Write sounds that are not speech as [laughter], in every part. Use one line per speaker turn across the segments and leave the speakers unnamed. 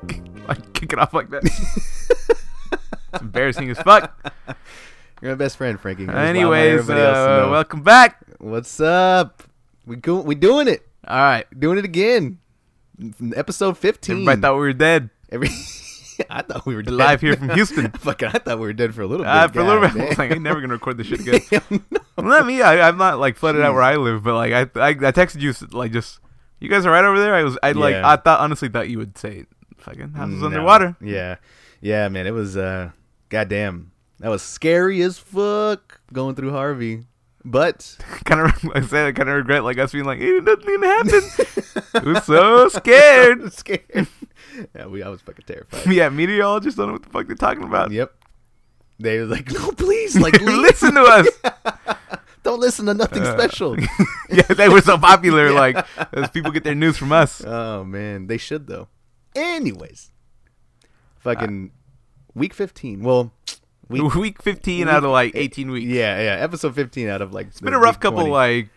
[laughs] like kick it off like that. it's embarrassing
[laughs]
as fuck.
You're my best friend, Frankie. I just want
Anyways, uh,
everybody else to know.
welcome back.
what's up? We go, we doing it,
All right,
doing it again. From Episode fifteen.
everybody thought we were dead.
Every- [laughs] I thought we were dead.
Live
[laughs]
here from Houston.
Fucking, I thought we were dead for a little bit.
Uh, for a little bit, [laughs] I was
goddamn.
like, I'm never gonna record this
[laughs]
shit again. [laughs]
Damn, no.
Well, not me. I, I'm not like flooded out where I live, but like I, I, I texted you like just you guys are right over there. I was, I like,
Yeah.
I thought honestly thought you would say fucking
[laughs]
houses
No.
underwater. [laughs]
Yeah, yeah, man. It was uh, goddamn. That was scary as fuck going through Harvey, but [laughs]
kind of like I said, I kind of regret like us being like, "Eh, nothing gonna happen. We're
[laughs]
so scared.
scared. yeah, we. I was fucking
[laughs]
terrified.
yeah, meteorologists don't know what the fuck they're talking about.
yep. They were like, no, please, like, leave.
[laughs] listen to us.
Don't listen to nothing
Uh, [laughs]
special.
yeah, they were so popular. Like, those people get their news from us.
oh man, they should though. Anyways, fucking week fifteen. Well, week.
Week, 15 out of like 18 weeks.
Yeah, yeah. Episode fifteen out of like. It's
It's been a rough couple. Like,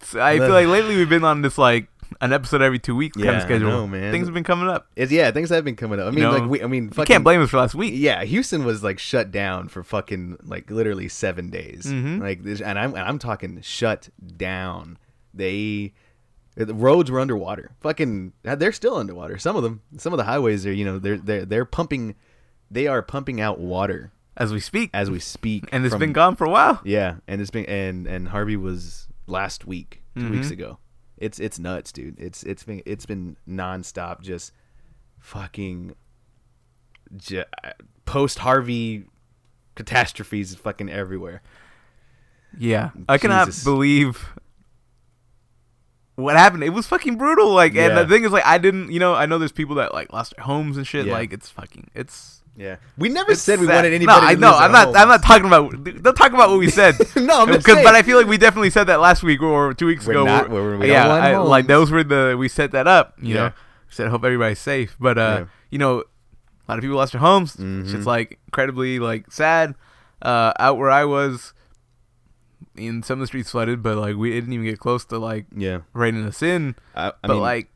s- I feel like lately we've been on this like an episode every two weeks kind
Yeah, I
of schedule.
know, man.
Things have been coming up.
It's, yeah, things have been coming up. I mean,
know,
like we. I mean,
You
fucking,
can't blame us for last week.
Yeah, Houston was like shut down for fucking like literally seven days.
Mm-hmm.
Like this, and I'm and I'm talking shut down. They the roads were underwater. Fucking, uh, they're still underwater. Some of them, some of the highways are. You know, they're they're they're pumping, they are pumping out water
As we speak,
as we speak.
and it's
from-
been gone for a while.
Yeah, and it's been and and Harvey was last week, 2
Mm-hmm.
weeks ago. It's it's nuts, dude. It's it's been it's been nonstop, just fucking ju- post Harvey catastrophes, fucking everywhere.
Yeah, I cannot
Jesus.
believe what happened. It was fucking brutal. Like, and
Yeah.
the thing is, like, I didn't. You know, I know there's people that like lost their homes and shit.
Yeah.
Like, it's fucking. It's.
Yeah, we never
it's
said we
sad.
wanted anybody.
No, I
to
know.
lose
I'm
their
not. I'm
homes.
not talking about. Don't talk about what we said.
[laughs] No, I'm just
Because-
saying.
But I feel like we definitely said that last week or two weeks
We're
ago.
not-
We're-
we're- we don't
yeah,
want
I- like
homes.
those were the we set that up. You
Yeah.
know, said hope everybody's safe. But uh,
Yeah. Mm-hmm.
you know, a lot of people lost their homes. It's like incredibly like sad. Uh, out where I was, in some of the streets flooded, but like we it didn't even get close to like
Yeah,
raining us in.
I, I
but
mean,
like,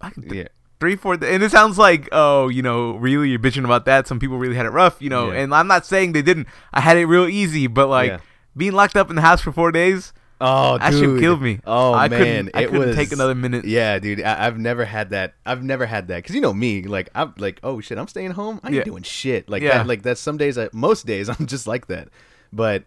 I can
yeah,
three, four, and it sounds like, oh, you know, really, you're bitching about that. Some people really had it rough, you know,
Yeah.
and I'm not saying they didn't. I had it real easy, but like
Yeah.
being locked up in the house for four days,
oh,
that shit
dude.
killed me.
Oh
I
man,
couldn't, I
it
couldn't
was
take another minute.
Yeah, dude, I, I've never had that. I've never had that because you know me, like I'm like, oh shit, I'm staying home. I ain't
Yeah.
doing shit. Like
Yeah.
that, like that's some days. I, most days, [laughs] I'm just like that. But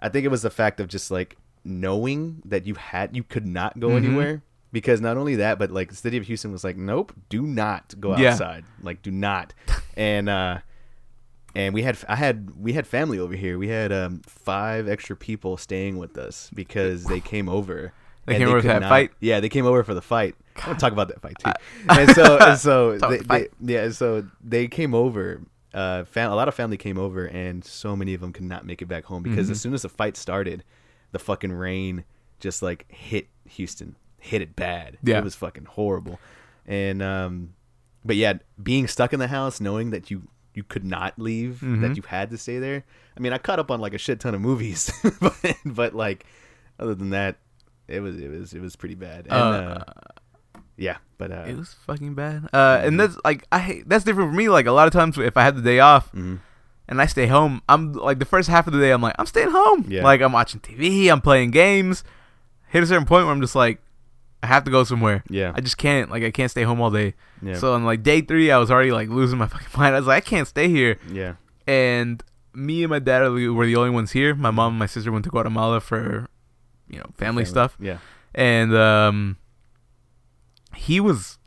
I think it was the fact of just like knowing that you had, you could not go
Mm-hmm.
anywhere because not only that, but like the city of Houston was like, nope, do not go
Yeah.
outside. Like, do not. and uh, and we had I had we had family over here. We had um, five extra people staying with us because they came over.
They
and
came over
could
for that fight?
Yeah, they came over for the fight. I'm gonna talk about that fight too. and so and so
[laughs] Talk
they,
about the
they- yeah, so they came over. Uh, fam- a lot of family came over, and so many of them could not make it back home because
Mm-hmm.
as soon as the fight started, the fucking rain just like hit Houston, hit it bad.
Yeah.
it was fucking horrible. And um, but yeah, being stuck in the house, knowing that you you could not leave,
Mm-hmm.
that you had to stay there. I mean, I caught up on like a shit ton of movies, [laughs] but, but like other than that, it was it was it was pretty bad. And, uh, yeah, but uh,
It was fucking bad. Uh, and that's like I hate- that's different for me. Like a lot of times, if I have the day off
Mm-hmm.
and I stay home, I'm like the first half of the day, I'm like I'm staying home.
Yeah.
Like I'm watching TV, I'm playing games. Hit a certain point where I'm just like, I have to go somewhere.
Yeah.
I just can't. Like I can't stay home all day.
Yeah.
So on like day three, I was already like losing my [laughs] fucking mind. I was like, I can't stay here.
yeah,
And me and my dad are the- were the only ones here. My mom and my sister went to Guatemala for, you know, family stuff
yeah,
and um, he was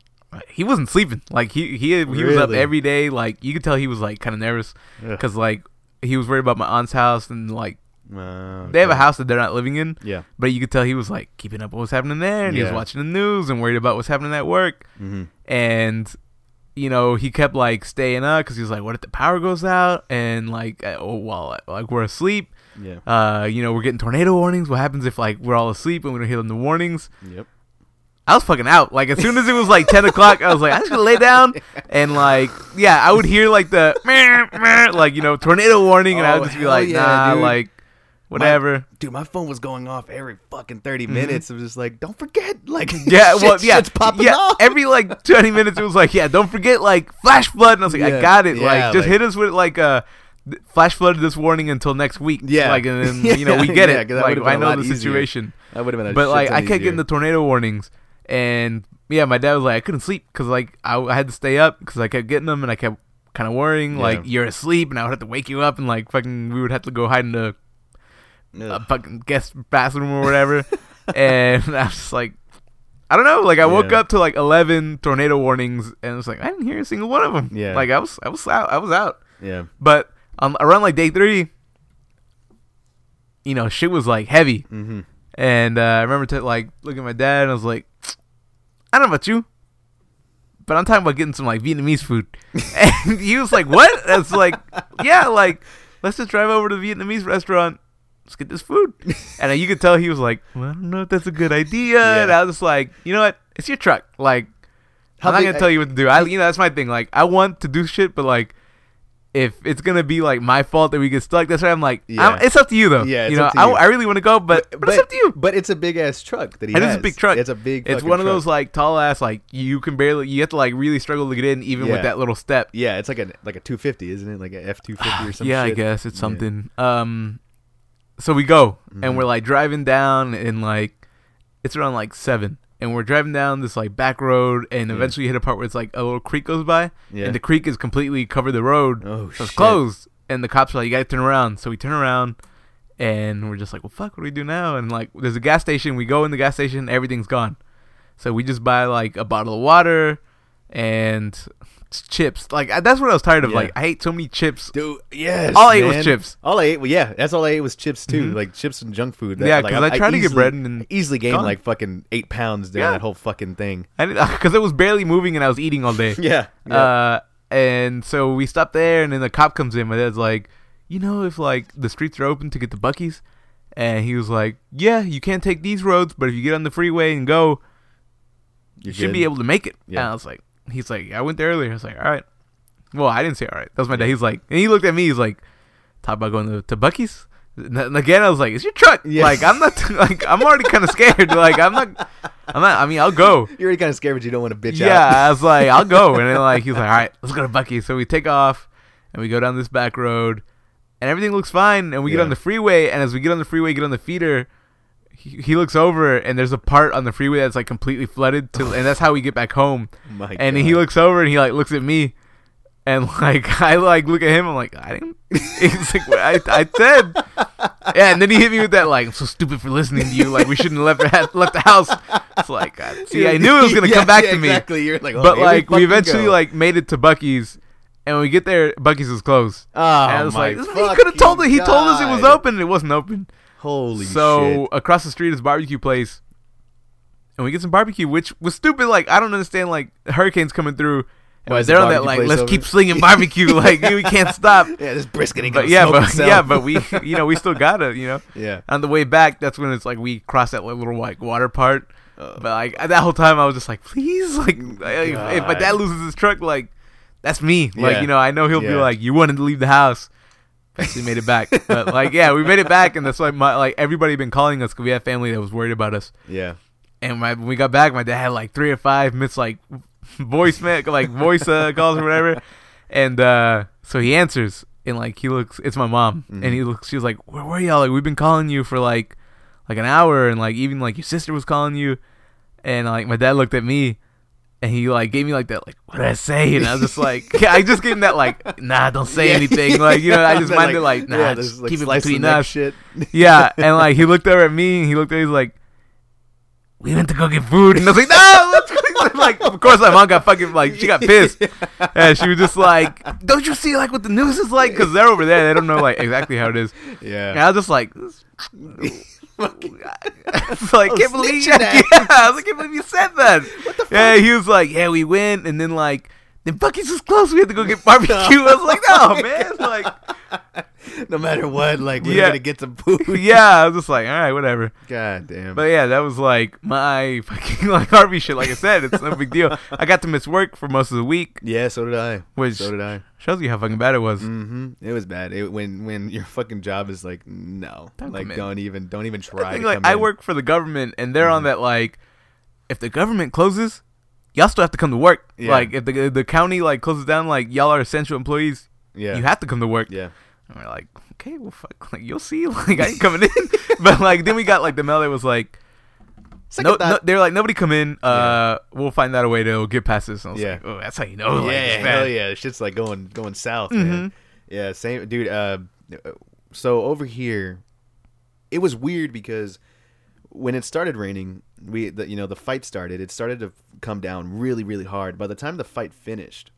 he wasn't sleeping. Like he he he was up
Really?
every day. Like you could tell he was like kind of nervous
Ugh.
because like he was worried about my aunt's house and like
Uh,
they have a
okay.
house that they're not living in.
Yeah.
But you could tell he was like keeping up with what's happening there, and he was
Yeah.
watching the news and worried about what's happening at work.
Mm-hmm.
And you know he kept like staying up because he was like, "What if the power goes out?" And like, uh, oh, well, like we're asleep.
Yeah.
Uh, you know, we're getting tornado warnings. What happens if like we're all asleep and we don't hear the warnings?
Yep.
I was fucking out. Like as soon as it was like ten o'clock, I was like, I just gonna lay down and like yeah, I would hear [laughs] like the meh, meh, like you know tornado warning, and I
Oh,
would just be
hell
like,
yeah,
nah,
dude.
like
[laughs]
whatever.
Dude, my phone was going off every fucking 30 minutes. It was just like, don't forget. [laughs] Like,
Mm-hmm. yeah,
shit-
well, yeah,
shit's popping
yeah.
off.
Every like twenty minutes, it was like, yeah, don't forget like flash flood, and I was like,
Yeah.
I got it.
Yeah,
like, just
like-
hit us with like uh, th- flash flood this warning until next week.
[laughs] Yeah.
like and then you know we get
Yeah, 'cause
it.
that
Like
would've
if
been a
I know
lot
the
easier.
situation,
That would have been a
but
shit
like
ton
I kept
easier.
getting the tornado warnings, and yeah, my dad was like, I couldn't sleep because like I, I had to stay up because I kept getting them, and I kept kind of worrying like
Yeah.
you're asleep, and I would have to wake you up, and like fucking we would have to go hide in the a
Ugh.
fucking guest bathroom or
[laughs]
whatever. and [laughs] I was just like, I don't know. Like I woke
Yeah.
up to like eleven tornado warnings, and I was like, I didn't hear a single one of them.
Yeah.
Like I was, I was out, I was out.
Yeah.
But um, around like day three, you know, shit was like heavy,
Mm-hmm.
and uh, I remember t- like looking at my dad, and I was like, I don't know about you. But I'm talking about getting some like
[laughs]
Vietnamese food, and he was like, "What?" That's like, yeah, like let's just drive over to the Vietnamese restaurant. Let's get this food. And then you could tell he was like, well, I don't know if that's a good idea.
Yeah.
And I was just like, you know what? It's your truck. Like,
How
I'm not
big-
going to tell you what to do. I, you know, that's my thing. Like, I want to do shit, but like, if it's going to be like my fault that we get stuck, that's why I'm like,
Yeah.
I'm, it's up to you though.
Yeah, it's
you know,
up to
I,
you.
I really want to go, but, but, it's up to you.
But it's a big ass truck that he
It
has.
is a big truck.
It's a big.
It's
fucking
one of
truck.
those like tall ass, like you can barely, you have to like really struggle to get in even
Yeah.
with that little step.
Yeah, it's like a like a 250, isn't it? Like a F 250 or something.
Ah, yeah, I guess it's something. Um, so we go and
Mm-hmm.
we're like driving down, and like it's around like seven, and we're driving down this like back road, and eventually hit a part where it's like a little creek goes by,
Yeah.
and the creek is completely covered the road,
Oh,
so
shit.
it's closed, and the cops are like, "You gotta turn around." So we turn around. And we're just like, well, fuck, what do we do now? And like, there's a gas station. We go in the gas station, everything's gone. So we just buy like a bottle of water and chips. Like, I, that's what I was tired of.
Yeah.
Like, I ate so many chips
Dude, yes.
All I ate was
man.
chips. Mm-hmm.
All I ate, well, yeah, that's all I ate was chips too, like chips and junk food.
Yeah,
like,
'cause I tried to get
easily-
bread and
easily gained
gone.
like fucking eight pounds during
Yeah.
that whole fucking thing.
[laughs] because it was barely moving and I was eating all day.
Yeah, [laughs] yeah.
Uh, and so we stopped there, and then the cop comes in. My dad's like, you know, if like the streets are open to get the buckies, and he was like, yeah, you can't take these roads, but if you get on the freeway and go, you
You're
should
good.
be able to make it.
Yeah.
And I was like, he's like, I went there earlier. I was like, all right. Well, I didn't say all right. That was my dad. He's like, and he looked at me. He's like, talk about going to, to Bucky's. And and again, I was like, it's your truck.
Yeah.
Like I'm not. [laughs] like I'm already kind of scared. like I'm not. I'm not. I mean, I'll go.
You're already kind of scared, but you don't want to bitch
Yeah,
out.
I was like, I'll go. And then
[laughs]
like he's like, all right, let's go to Bucky. So we take off and we go down this back road, and everything looks fine. And we get
Yeah.
on the freeway, and as we get on the freeway, get on the feeder. He, he looks over and there's a part on the freeway that's like completely flooded to, and that's how we get back home.
[laughs] My
and
God.
he looks over and he like looks at me, and [laughs] like I like look at him. I'm like I didn't. [laughs] He's like "What I I said. Yeah, and then he hit me with that like I'm so stupid for listening to you. Like we shouldn't have left left the [laughs] house. It's like God, [laughs] see, I knew it was
[laughs]
gonna
Yeah,
come back
yeah,
to me
Exactly. You're like, oh,
but
here
like we
fucking
eventually
go.
like made it to Bucky's, and when we get there, Bucky's is closed.
oh
and I was
my
like, he could have told us.
fucking
He told us it was
God.
open. and It wasn't open.
Holy
so
shit.
across the street is a barbecue place, and we get some barbecue, which was stupid. Like I don't understand. Like hurricanes coming through, and
Why
we're
is the
there on that
barbecue
like
place
let's
open?
keep slinging barbecue. like we can't stop.
[laughs] Yeah, this brisket ain't gonna
But yeah,
smoke
but
itself.
yeah, but we you know we still got it. You know.
[laughs] yeah.
On the way back, that's when it's like we cross that little like water part.
Uh.
but like that whole time, I was just like, please, [laughs] like, like, if, if my
God.
dad loses his truck, like that's me. Like
Yeah.
you know, I know he'll be
Yeah.
like, you wanted to leave the house. Actually made it back, but like yeah, we made it back, and that's why my like everybody been calling us because we had family that was worried about us.
Yeah.
And my, when we got back, my dad had like three or five missed like voice ma- like
[laughs]
voice uh, calls or whatever, and uh, so he answers and like he looks, it's my mom,
Mm-hmm.
and he looks, she's like, where were y'all? Like we've been calling you for like like an hour, and like even like your sister was calling you, and like my dad looked at me. And he like gave me like that like what did I say and I was just like [laughs] I just gave him that like nah don't say
Yeah.
anything like you
[laughs]
know I just
They're
minded like, nah
yeah,
just
this, like,
keep it
slice the
between
neck
us
Shit.
[laughs] yeah, and like he looked over at me and he looked at me, he's like, We went to go get food and I was like, No,
[laughs]
let's go [laughs] get-" like of course my mom got fucking like she [laughs] got pissed. And she was just like, Don't you see like what the news is like? Because they're over there, they don't know like exactly how it is. And
Yeah.
I
[laughs]
was just like [laughs] it's like, I can't believe
snitching
[laughs] yeah, I was like, I can't believe you said that. Oh, What the fuck? Yeah, he was like, Yeah, we went and then [laughs] like then Bucky's was close, we had to go get barbecue. I was like, No man, like
[laughs] no matter what, like we're
Yeah.
gonna get some food.
[laughs] yeah, I was just like, all right, whatever.
God damn.
But yeah, that was like my [laughs] fucking like Harvey shit. Like I said, it's no
[laughs]
big deal. I got to miss work for most of the week,
yeah, so did I.
which
So did I.
shows you how fucking bad it was.
hmm It was bad. It, when when [laughs] your fucking job is like no,
Don't
like
come in.
don't even don't even
I
try.
think,
to
like
come
I
in. Mm-hmm.
work for the government, and they're on that like, if the government closes, y'all still have to come to work.
Yeah.
Like if the the county like closes down, like y'all are essential employees,
Yeah,
you have to come to work.
yeah,
And we're like, okay, well, fuck, like you'll see, [laughs] like I ain't coming in. [laughs] but like then we got like the mail that was like,
Second
no, no,
thought.
they were like nobody come in. Uh, we'll find out a way to get past this. And I was
Yeah.
like, oh, that's how you know. Like,
yeah,
it's
hell
bad. Mm-hmm.
yeah. Shit's like going going south, man. Yeah, same dude. Uh, so over here, it was weird because when it started raining, we the, you know the fight started. It started to come down really really hard. By the time the fight finished,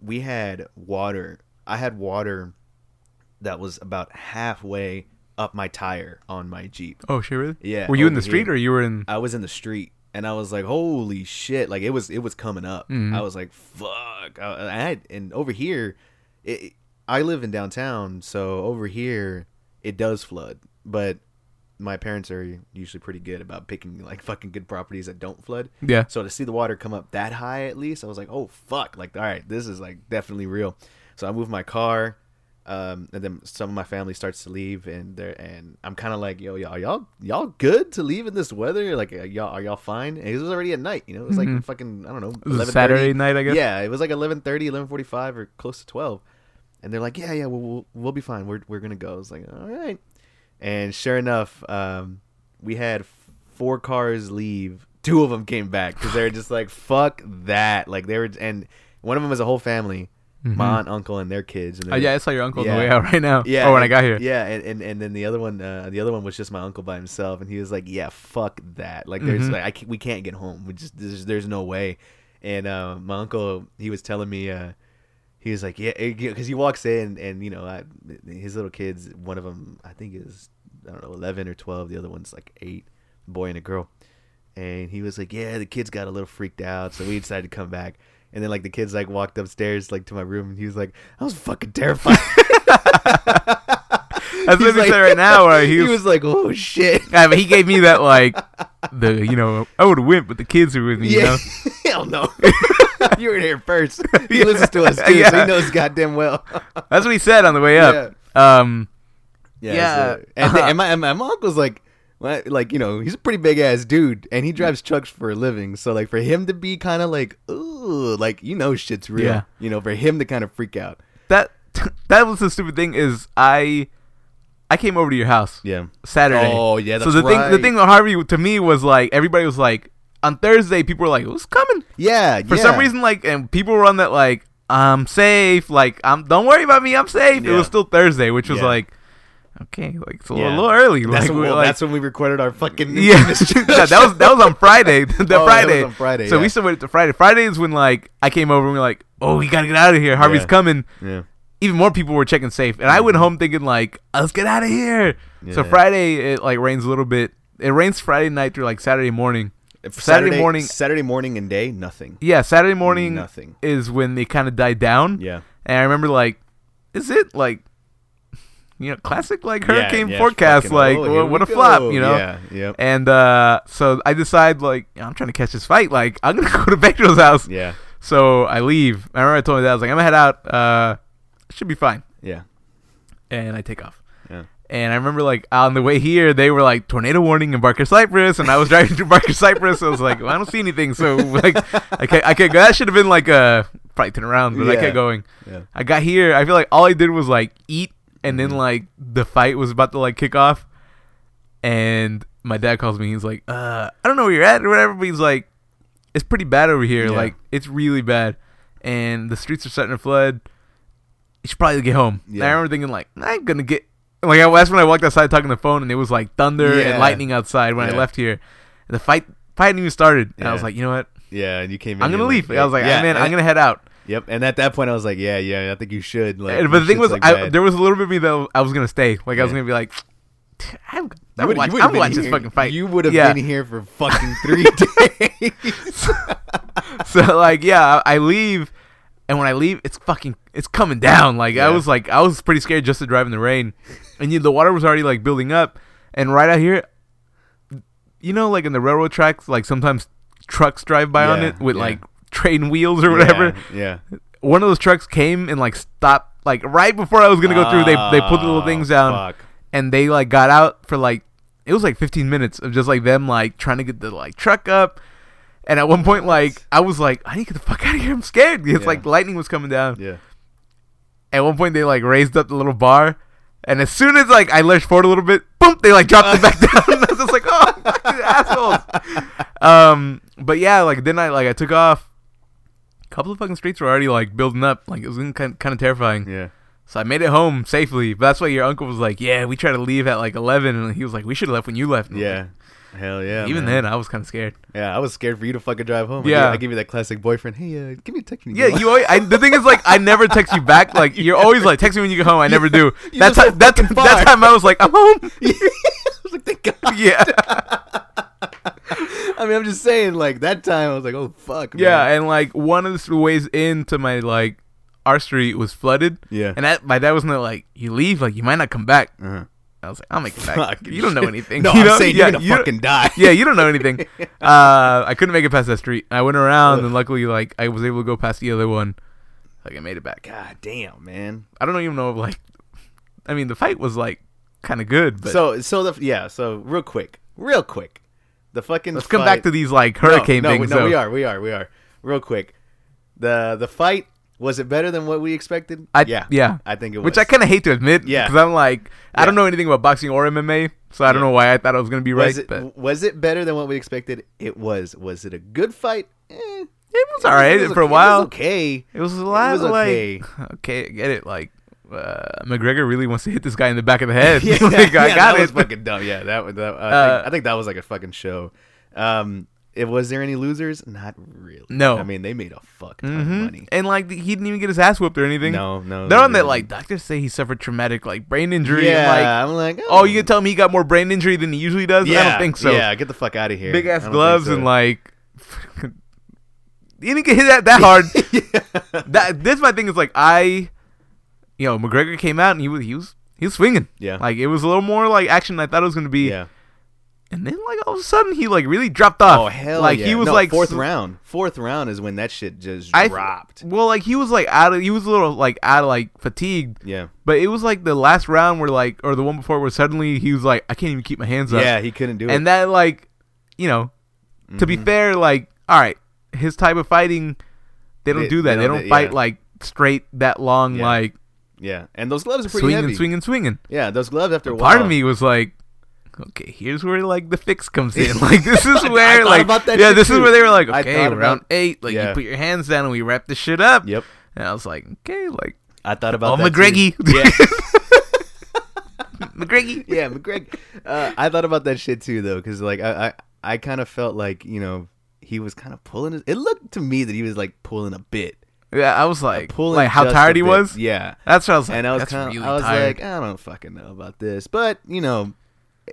we had water. I had water that was about halfway up my tire on my Jeep.
Oh shit, really?
Yeah,
Were you in
over
the street
here. Uh,
or you were in?
I was in the street and I was like, "Holy shit!" Like it was it was coming up. I was like, "Fuck!" I, I had, and over here, it, I live in downtown, so over here it does flood. But my parents are usually pretty good about picking like fucking good properties that don't flood.
Yeah.
So to see the water come up that high, at least I was like, "Oh fuck!" Like, all right, this is like definitely real. So I moved my car, um, and then some of my family starts to leave, and they're and I'm kind of like, "Yo, y'all, y'all, y'all good to leave in this weather? Like, are y'all are y'all fine?" And it was already at night, you know. It was like fucking I don't know,
Mm-hmm. was
11:30.
a Saturday night, I guess?
Yeah, it was like 11:30, 11:45, or close to 12. And they're like, "Yeah, yeah, we'll we'll, we'll be fine. We're we're gonna go." I was like, "All right." And sure enough, um, we had four cars leave. Two of them came back because they were just like, "Fuck that!" Like they were, and one of them was a whole family, my aunt, uncle, and their kids. And
Oh,
they-
Mm-hmm. yeah, I saw your uncle on
Yeah.
the way out [laughs] right now.
yeah.
Or Oh, when
and-
I got here.
Yeah, and, and, and then the other one, uh, the other one was just my uncle by himself, and he was like, "Yeah, fuck that! Like, there's
Mm-hmm.
like, I can't, we can't get home. We just there's, there's no way." And uh, my uncle, he was telling me, uh, he was like, "Yeah," because he walks in, and you know, I, his little kids, one of them, I think is I don't know, eleven or twelve. The other one's like eight, boy and a girl. And he was like, "Yeah, the kids got a little freaked out, so we decided to come back." And then like the kids like walked upstairs like to my room, and he was like, "I was fucking
[laughs]
terrified." [laughs]
That's what
He's
he
like-
said right now. Where
[laughs]
he,
he
was,
was like, "Oh shit."
Yeah, Ah, but he gave
[laughs]
me that like the you know I would have went, but the kids are with me. [laughs] You know?
Yeah. [laughs] Hell
[laughs]
no. you were here first. He listens to us too, so
Yeah.
he knows goddamn well.
That's what he said on the way up. Um, Yeah.
so- and, and my, and my uncle's like, what- like you know, he's a pretty big ass dude, and he drives trucks for a living. So like for him to be kind of like, ooh, like you know, shit's real.
Yeah.
You know, for him to kind of freak out.
that [laughs] that was the stupid thing is I I came over to your house
Yeah.
Saturday.
Oh, yeah,
so
that's
the thing
right.
the thing with Harvey to me was like everybody was like on Thursday people were like who's coming
Yeah.
for some reason like and people were on that like I'm safe like I'm don't worry about me I'm safe. It
Yeah.
was still Thursday, which was
Yeah.
like okay like it's a little, little early.
That's,
like,
when,
we're
well,
like-
that's when we recorded our fucking.
[laughs] Yeah, that, that was that was on Friday. [laughs] that
Oh, that was
Friday.
on Friday,
So
yeah.
we still waited to Friday. Friday is when like I came over and we were like, oh, we gotta get out of here. Harvey's
Yeah.
coming.
[laughs] Yeah.
Even more people were checking safe, and I went home thinking like, let's get out of here.
Yeah.
So Friday it like rains a little bit. It rains Friday night through like Saturday morning.
Saturday,
morning-
Saturday morning and day, nothing.
Yeah, Saturday morning
Nothing.
is when they kind of die down.
Yeah.
and I remember like, is it like, [laughs] you know, classic like
Yeah,
hurricane
yeah,
forecast?
fucking,
Like,
oh,
wha-
here
what,
we
a flop,
go.
you know?
Yeah, yep.
And uh, so I decide like I'm trying to catch this fight. Like I'm gonna [laughs] go to Pedro's house.
Yeah.
So I leave. I remember I told my dad I was like I'm gonna head out. Uh, should be fine.
Yeah.
And I take off.
Yeah.
And I remember like on the way here they were like tornado warning in Barker Cypress, and I was [laughs] driving through Barker Cypress. So I was like well, I don't see anything. So [laughs] like I can't. I can't go. That should have been like a probably turn around, but I
Yeah.
kept going.
Yeah.
I got here. I feel like all I did was like eat, and
Mm-hmm.
then like the fight was about to like kick off, and my dad calls me. He's like, "Uh, I don't know where you're at or whatever." But he's like, "It's pretty bad over here.
Yeah.
Like, it's really bad, and the streets are starting to flood. You should probably get home." And I
Yeah.
remember thinking like, "I ain't gonna get." Like I, that's when I walked outside talking on the phone, and it was like thunder
Yeah.
and lightning outside when I
Yeah.
left here. And the fight fight hadn't even started, and I
Yeah.
was like, "You know what?
Yeah, and you came in.
I'm gonna
you're
leave."
like-
I was like,
yeah,
"Ah, "Man,
and-
I'm gonna head out."
Yep. And at that point, I was like, yeah, yeah, I think you should. Like,
And- but the
your
thing
shit's,
was,
like,
I,
bad.
there was a little bit of me that I was gonna stay. Like I was
Yeah.
gonna be like, I'm,
You
I'm,
would've-
watch,
you would've
I'm
been
watching this
here-
fucking fight.
You would have
yeah.
been here for
[laughs]
fucking three days.
so like, yeah, I I leave, And when I leave, it's fucking, it's coming down. Like
Yeah.
I was like, I was pretty scared just to drive in the rain, and you, the water was already like building up. And right out here, you know, like in the railroad tracks, like sometimes trucks drive by on
Yeah,
it with
yeah.
like train wheels or whatever.
Yeah. yeah.
One of those trucks came and like stopped, like right before I was gonna go through. They they put the little
Oh,
things down
fuck.
and they like got out for like it was like 15 minutes of just like them like trying to get the like truck up and at one point like i was like i need to get the fuck out of here i'm scared it's
Yeah.
like lightning was coming down
Yeah.
at one point they like raised up the little bar and as soon as like i lurched forward a little bit boom they like dropped it back [laughs] down and i was just like oh fucking assholes um but yeah like then i like i took off a couple of fucking streets were already like building up like it was kind of terrifying
Yeah.
so I made it home safely. But that's why your uncle was like, "Yeah, we tried to leave at like 11," and he was like, "We should have left when you left." And I'm
Yeah. Hell yeah.
like, Even
man.
then, I was kind of
[laughs]
scared.
Yeah, I was scared for you to fucking drive home. I
Yeah.
gave- I give you that classic boyfriend. Hey, uh, give me a text. when
Yeah,
get
you.
home."
Always, I, the thing is, like, I never text you back.
[laughs]
Like, you're always like, "Text me when you get home." I never do.
You live
That
so
time, that,
fucking
that
far.
time, I was like, "I'm home." [laughs]
[laughs] I was like, thank God.
yeah,
I mean, I'm just saying, like that time, I was like, oh fuck.
yeah.
man.
And like one of the ways into my like our street was flooded.
Yeah.
and that, my dad was not like, "You leave, like, you might not come back."
Uh-huh.
I was like, "I'll make it back."
Fucking
You don't know
shit. [laughs]
anything.
No,
[laughs] you
I'm
know?
saying
Yeah,
you're gonna
you don't-
fucking die.
[laughs] yeah, you don't
[laughs]
know anything. Uh, I couldn't make it past that street. I went around, and luckily, like I was able to go past the other one. Like I made it back.
God damn, man.
I don't even know. Like, I mean, the fight was like kind of good, but
so, so the yeah. So real quick, real quick, the fucking.
let's come back to these like hurricane
no,
things.
No,
though.
we are, we are, we are. Real quick, the the fight was it better than what we expected?
I,
yeah,
yeah,
I think it was.
which I kind of hate to admit.
Yeah.
because I'm like, I
Yeah.
don't know anything about boxing or MMA, so I don't
Yeah.
know why I thought I was gonna be right.
was it
but
was it better than what we expected? It was. Was it a good fight? Eh, it
was all right
was okay- it
for a
was
while. [laughs]
okay.
it was a lot
was
of
okay.
like, [laughs] okay, I get it. Like, uh, McGregor really wants to hit this guy in the back of
[laughs]
the
[laughs]
head. [laughs]
yeah,
Like, I
yeah,
got
that
it.
was
[laughs]
fucking dumb. Yeah, that was. That, I,
Uh,
think, I think that was like a fucking show. Um, it was there any losers? Not really.
No.
I mean they made a fuck ton
Mhm.
of money.
And like th- he didn't even get his ass whooped or anything.
No, no,
They're
they
on that
didn't.
like doctors say he suffered traumatic like brain injury.
Yeah,
Yeah. Like,
I'm like,
oh, you can tell me he got more brain injury than he usually does. I don't think so.
Yeah, get the fuck out of here.
Big
I
ass
don't
gloves
think
and like. [laughs] You didn't get hit that that
[laughs]
hard.
so. [laughs] yeah.
that this my thing is like I, you know, McGregor came out and he was he was he was swinging.
Yeah.
like it was a little more like action than I thought it was gonna be.
yeah.
and then like all of a sudden he like really dropped off.
Oh hell!
Like
yeah.
he was
No,
like
fourth
s-
round. Fourth round is when that shit just
I-
dropped.
Well, like he was like out of he was a little like out of like fatigued.
Yeah.
But it was like the last round where like or the one before where suddenly he was like, I can't even keep my hands up.
Yeah, he Mm-hmm. couldn't do
And
it.
that like you know, to be fair, like, all right, his type of fighting they don't
They-
do that. They
they
don't,
don't- they-
fight
yeah.
like straight that long,
Yeah.
like
Yeah, and those gloves are pretty
swinging,
heavy.
swinging, swinging.
Yeah, those gloves after a while.
Part of me was like, okay, here's where like the fix comes in. [laughs] Like this
[laughs]
is where
thought
like
about that
yeah,
shit,
this is
too.
where they were like,
I
okay,
thought
round
about-
eight, like you
Yeah.
put your hands down and we wrap this shit up.
Yep.
And I was like, okay, like
I thought
oh
about that. too.
McGreggy, [laughs]
Yeah.
McGreggy.
[laughs] yeah, McGreg. Uh, I thought about that shit too, though, because like I, I, I kind of felt like you know he was kind of pulling. His, it looked to me that he was like pulling a bit,
Yeah, I was like,
pulling
like how
just a
tired he
bit.
was.
Yeah,
That's what I was like.
and I was
That's
kind of,
really
I was
tired.
like, I don't fucking know about this, but you know,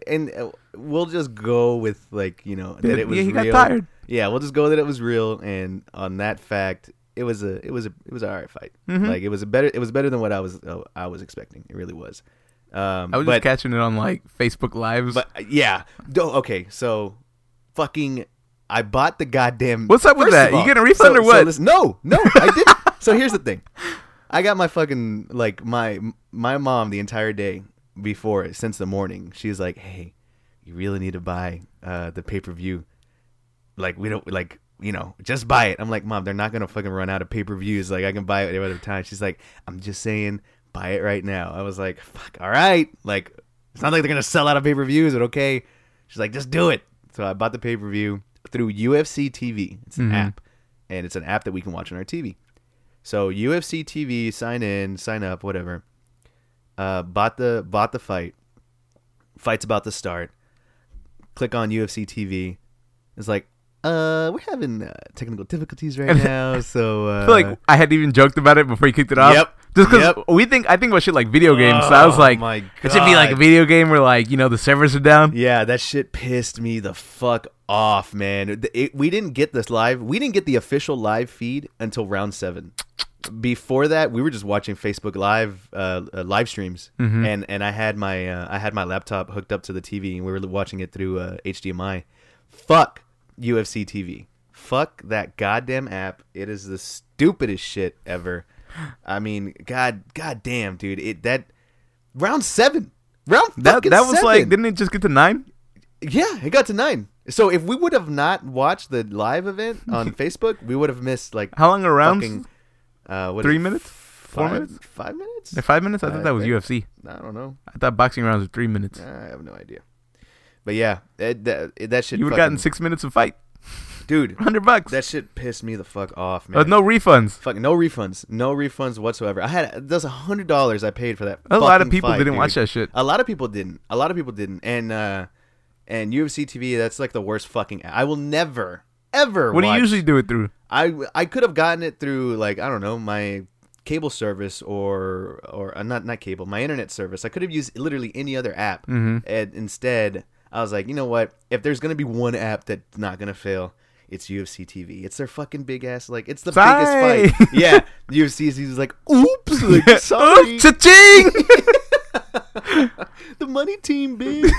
and uh, we'll just go with like you know that
Yeah,
it was
he got
real.
tired.
Yeah, we'll just go that it was real, and on that fact, it was a it was a it was an alright fight.
Mm-hmm.
Like it was a better it was better than what I was uh, I was expecting. It really was. Um,
I was
but
just catching it on like Facebook Lives.
But uh, yeah, do okay. So, fucking, I bought the goddamn.
What's up with
First
that?
of
You
all-
getting a refund
so- so
or what?
listen- no, no, I didn't. [laughs] so here's the thing, I got my fucking like my my mom the entire day before since the morning. She's like, hey, you really need to buy uh, the pay per view. Like we don't like you know just buy it. I'm like, mom, they're not gonna fucking run out of pay per views. Like I can buy it every other time. She's like, I'm just saying, buy it right now. I was like, fuck, all right. Like it's not like they're gonna sell out of pay per views, but okay. She's like, just do it. So I bought the pay per view through UFC TV. It's an app, and it's an app that we can watch on our TV. So UFC TV, sign in, sign up, whatever. Uh, bought the bought the fight. Fight's about to start. Click on UFC TV. It's like, uh, we're having uh, technical difficulties
[laughs]
right now, so uh,
I feel like I had even joked about it before you kicked it off.
Yep.
Just because
Yep.
we think I think about shit like video games. so I was
Oh
like,
my
it should be like a
God.
video game where like you know the servers are down.
Yeah, that shit pissed me the fuck off, man. It- it- we didn't get this live. We didn't get the official live feed until round seven. before that we were just watching facebook live uh, uh live streams
Mm-hmm.
and and i had my uh, i had my laptop hooked up to the tv and we were watching it through uh, hdmi fuck ufc tv fuck that goddamn app it is the stupidest shit ever i mean god god damn dude it that round seven round
That
fucking
that was like
seven.
didn't it just get to nine?
Yeah, it got to nine. So if we would have not watched the live
[laughs]
event on Facebook, we would have missed like
How long around?
fucking, uh, what is
Three
it,
minutes? Four
five,
minutes?
Five minutes?
Five minutes? I
I
thought that was
think-
UFC.
I don't know.
I thought boxing rounds were three minutes.
I have no idea. But yeah, it, that it, that shit.
You would have
fucking-
gotten six minutes of fight. [laughs]
dude.
Hundred bucks.
That shit pissed me the fuck off, man.
Uh, no refunds.
Fucking no refunds, no refunds whatsoever. I had that's a hundred dollars I paid for that.
A lot of
fucking
people
fight,
didn't
dude.
watch that shit.
A lot of people didn't. A lot of people didn't. And uh and UFC TV, that's like the worst fucking. I will never ever.
What do you
watch-
usually do it through?
I I could have gotten it through like I don't know my cable service or or uh, not not cable my internet service. I could have used literally any other app, and instead I was like, you know what? If there's gonna be one app that's not gonna fail. It's UFC TV. It's their fucking big ass like it's the
Sorry.
biggest fight. [laughs] Yeah, UFC is like, oops, [laughs]
[laughs]
like, sorry,
Oops, Oh,
[laughs]
cha-ching!
the money team, bitch.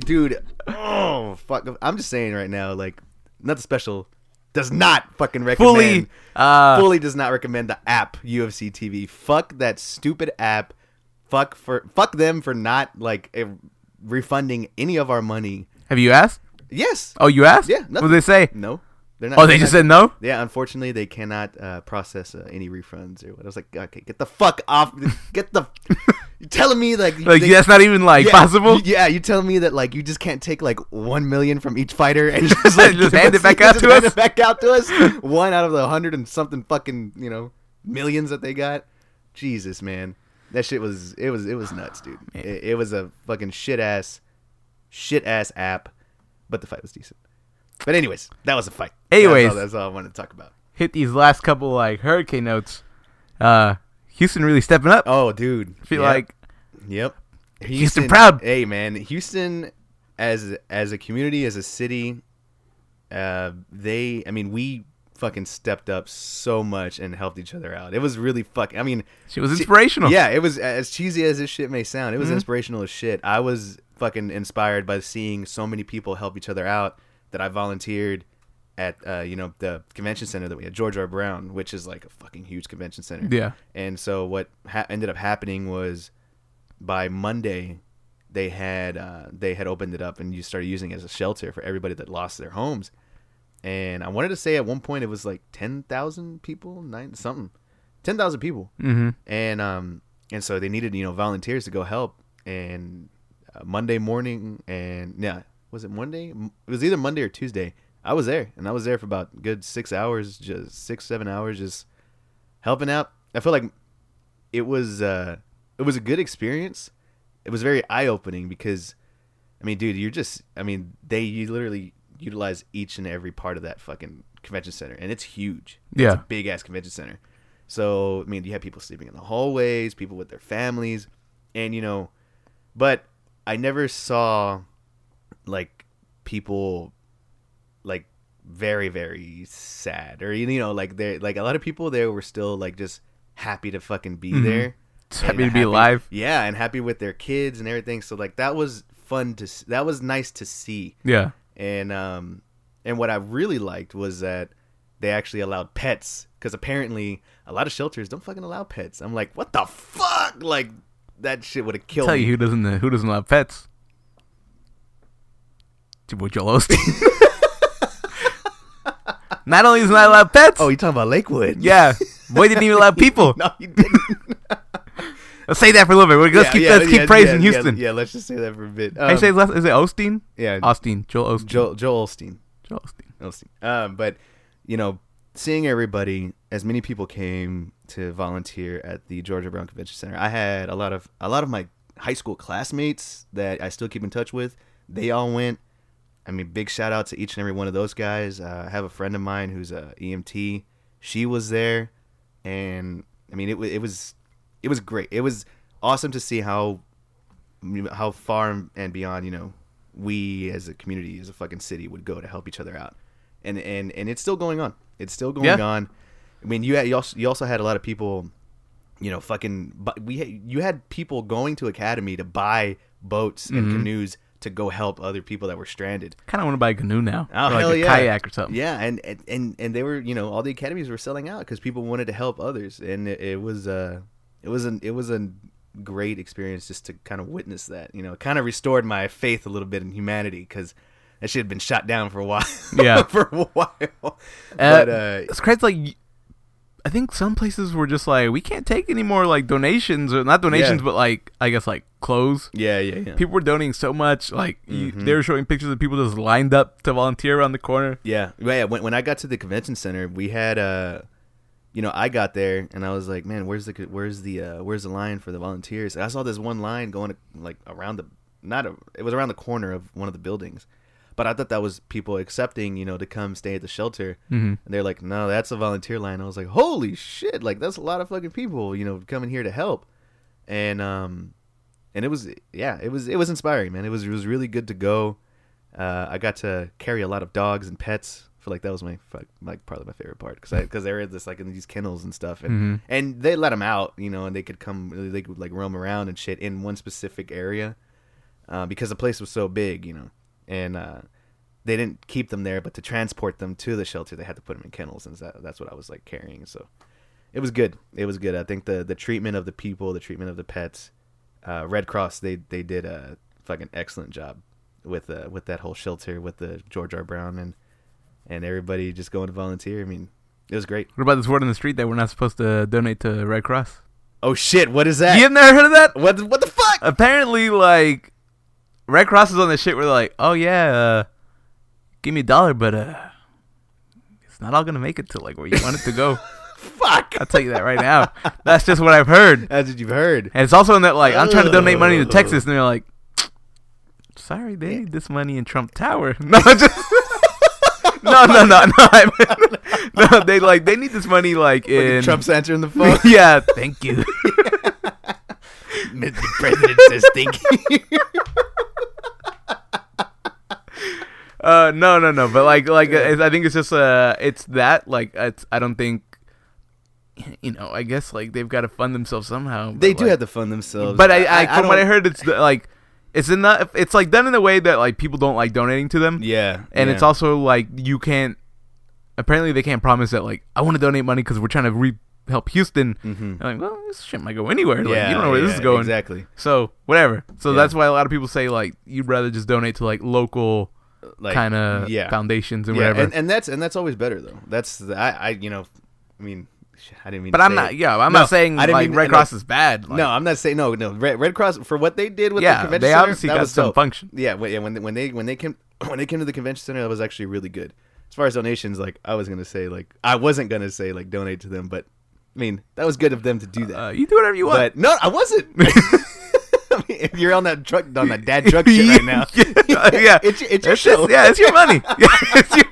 Dude, oh fuck! I'm just saying right now, like, not the special does not fucking recommend
Fully, uh,
fully does not recommend the app UFC TV. Fuck that stupid app. Fuck for fuck them for not like eh, refunding any of our money.
Have you asked?
Yes.
Oh, you asked?
Yeah,
What
nothing.
did they say?
No. They're not.
Oh, they
they're
just
not-
said no.
Yeah, unfortunately, they cannot uh, process uh, any refunds or what. I was like, okay, get the fuck off. Get the. [laughs] You're telling me like
Like
they-
that's not even like
yeah,
possible.
[laughs] you- yeah, you telling me that like you just can't take like one million from each fighter
[laughs]
and just like give
Just hand it back
[laughs]
out
just
to
hand
us?
it back out to us. One out of the hundred and something fucking you know millions that they got. Jesus, man, that shit was it was it was nuts, dude. It, it was a fucking shit ass, shit ass app, but the fight was decent. But anyways, that was a fight. That's all-
Anyways.
that's all, I wanted to talk about.
Hit these last couple like hurricane notes. Uh, Houston really stepping up.
Oh, dude,
I feel
Yep.
like
Yep. Houston,
proud.
Hey man, Houston as as a community, as a city, uh they I mean, we fucking stepped up so much and helped each other out. It was really fucking I mean,
she was inspirational.
yeah, it was as cheesy as this shit may sound. It was inspirational as shit. I was fucking inspired by seeing so many people help each other out that I volunteered at uh, you know the convention center that we had George R. Brown, which is like a fucking huge convention center.
Yeah.
And so what ha- ended up happening was by Monday they had uh, they had opened it up and you started using it as a shelter for everybody that lost their homes. And I wanted to say at one point it was like ten thousand people, nine something, ten thousand people. Mm-hmm. And um and so they needed you know volunteers to go help. And uh, Monday morning and yeah, was it Monday? M- It was either Monday or Tuesday. I was there and I was there for about good six hours, just six seven hours, just helping out. I feel like it was uh it was a good experience. It was very eye opening because I mean, dude, you're just I mean, they you literally utilize each and every part of that fucking convention center and it's huge.
Yeah.
It's a big ass convention center. So, I mean, you have people sleeping in the hallways, people with their families, and you know, but I never saw like people like very very sad or you know like they like a lot of people there were still like just happy to fucking be there
Mm-hmm. Just happy
and
to be alive.
yeah and happy with their kids and everything so like that was fun to s- that was nice to see
Yeah.
and um and what i really liked was that they actually allowed pets because apparently a lot of shelters don't fucking allow pets i'm like what the fuck like that shit would have killed
Tell
me
you who doesn't who doesn't love pets. It's your boy
[laughs]
Joel Osteen. not only does not love pets.
oh you talking about lakewood
yeah. Boy didn't even love people.
[laughs] no you didn't
Let's say that for a little bit. We're- [laughs] Let's
Yeah,
keep
yeah,
let's keep
yeah,
praising
yeah,
Houston.
Yeah, let's just say that for a bit.
How you
Um,
say his last- is it Osteen?
yeah,
Austin, Joel Osteen.
Joel, Joel Olstein.
Joel Osteen.
Osteen. Um, but you know, seeing everybody, as many people came to volunteer at the Georgia Brown Convention Center. I had a lot of a lot of my high school classmates that I still keep in touch with. They all went. I mean, big shout out to each and every one of those guys. Uh, I have a friend of mine who's a EMT. She was there, and I mean, it wa- it was it was great. It was awesome to see how how far and beyond you know we as a community as a fucking city would go to help each other out and and and it's still going on it's still going
Yeah.
on I mean, you had, you also you also had a lot of people, you know, fucking. But we had, you had people going to academy to buy boats and canoes to go help other people that were stranded.
Kind of want to buy a canoe now.
Oh,
or like
hell
a
yeah.
kayak or something.
Yeah, and and- and and they were, you know, all the academies were selling out because people wanted to help others, and it, it was uh, it was an it was a great experience just to kind of witness that. You know, it kind of restored my faith a little bit in humanity because that shit had been shot down for a while. [laughs]
Yeah.
for a while. but uh,
it's crazy. Like, I think some places were just like, we can't take any more like donations or not donations,
Yeah.
but like I guess like clothes.
yeah, yeah, yeah.
People were donating so much. Like you, they were showing pictures of people just lined up to volunteer around the corner.
Yeah, Well, yeah. When when I got to the convention center, we had uh, you know, I got there and I was like, man, where's the where's the uh, where's the line for the volunteers? And I saw this one line going like around the not a, it was around the corner of one of the buildings, but I thought that was people accepting you know to come stay at the shelter. Mm-hmm. And they're like, no, that's a volunteer line. I was like, holy shit, like that's a lot of fucking people you know coming here to help, and um, and it was yeah, it was it was inspiring, man. It was it was really good to go. Uh, I got to carry a lot of dogs and pets. I feel like that was my fuck, like probably my favorite part because because they were this like in these kennels and stuff, and and they let them out, you know, and they could come, they could like roam around and shit in one specific area, uh, because the place was so big, you know, and uh, they didn't keep them there, but to transport them to the shelter, they had to put them in kennels, and that, that's what I was like carrying. So it was good. It was good. I think the the treatment of the people, the treatment of the pets, uh, Red Cross they they did a fucking excellent job with uh, with that whole shelter with the George R. Brown and and everybody just going to volunteer. I mean, it was great.
What about this word on the street that we're not supposed to donate to Red Cross?
Oh shit! What is that?
You Uh, have never heard of that?
What the- what the fuck?
Apparently, like Red Cross is on the shit where they're like, oh yeah, uh, give me a dollar, but uh, it's not all gonna make it to like where you want it to go.
Fuck! [laughs]
I'll tell you that right now. That's just what I've heard.
That's what you've heard.
And it's also in that like I'm trying to donate money to Texas, and they're like, "Sorry, they need this money in Trump Tower." [laughs] No, just no, no, no, no. I mean- [laughs] no, they like they need this money like in [laughs]
Trump's answering the phone.
yeah,
[laughs]
thank you.
Mr. President says thank you.
Uh, no, no, no. But like, like it's, I think it's just uh, it's that like it's I don't think. You know, I guess like they've got to fund themselves somehow.
[laughs]
but,
They do
like-
have to fund themselves.
But I, I, from what I
don't-
heard, it's like it's enough. It's like done in a way that like people don't like donating to them.
Yeah,
and it's
yeah.
also like you can't apparently they can't promise that like i want to donate money because we're trying to re- help houston and like well this shit might go anywhere like you don't know where
Mm. Mm-hmm.
this
yeah,
is going
Exactly.
so whatever so
Yeah.
that's why a lot of people say like you'd rather just donate to like local
Like
kind of
yeah.
foundations and
yeah,
whatever
and, and that's and that's always better though. That's the, I, I you know, I mean, shit, I didn't mean.
but
to
i'm
say
not
it.
yeah i'm
No,
not saying
I didn't
like
mean-
red
no,
cross is bad like,
no, I'm not saying no, no. Red, Red Cross for what they did with the
Yeah,
convention
they
center,
obviously
that
got
was
some
dope.
function.
[laughs] Yeah, when, yeah, when when they when they came [clears throat] when they came to the convention center, that was actually really good. As far as donations, like I was gonna say, like I wasn't gonna say like donate to them, but I mean that was good of them to do that.
uh, you do whatever you want [laughs]
but no, I wasn't. [laughs] I mean, if you're on that truck on that dad truck shit
[laughs]
right now,
yeah,
[laughs] it's, your- it's your
just-
show.
yeah,
[laughs]
it's your money. [laughs] Yeah, it's your,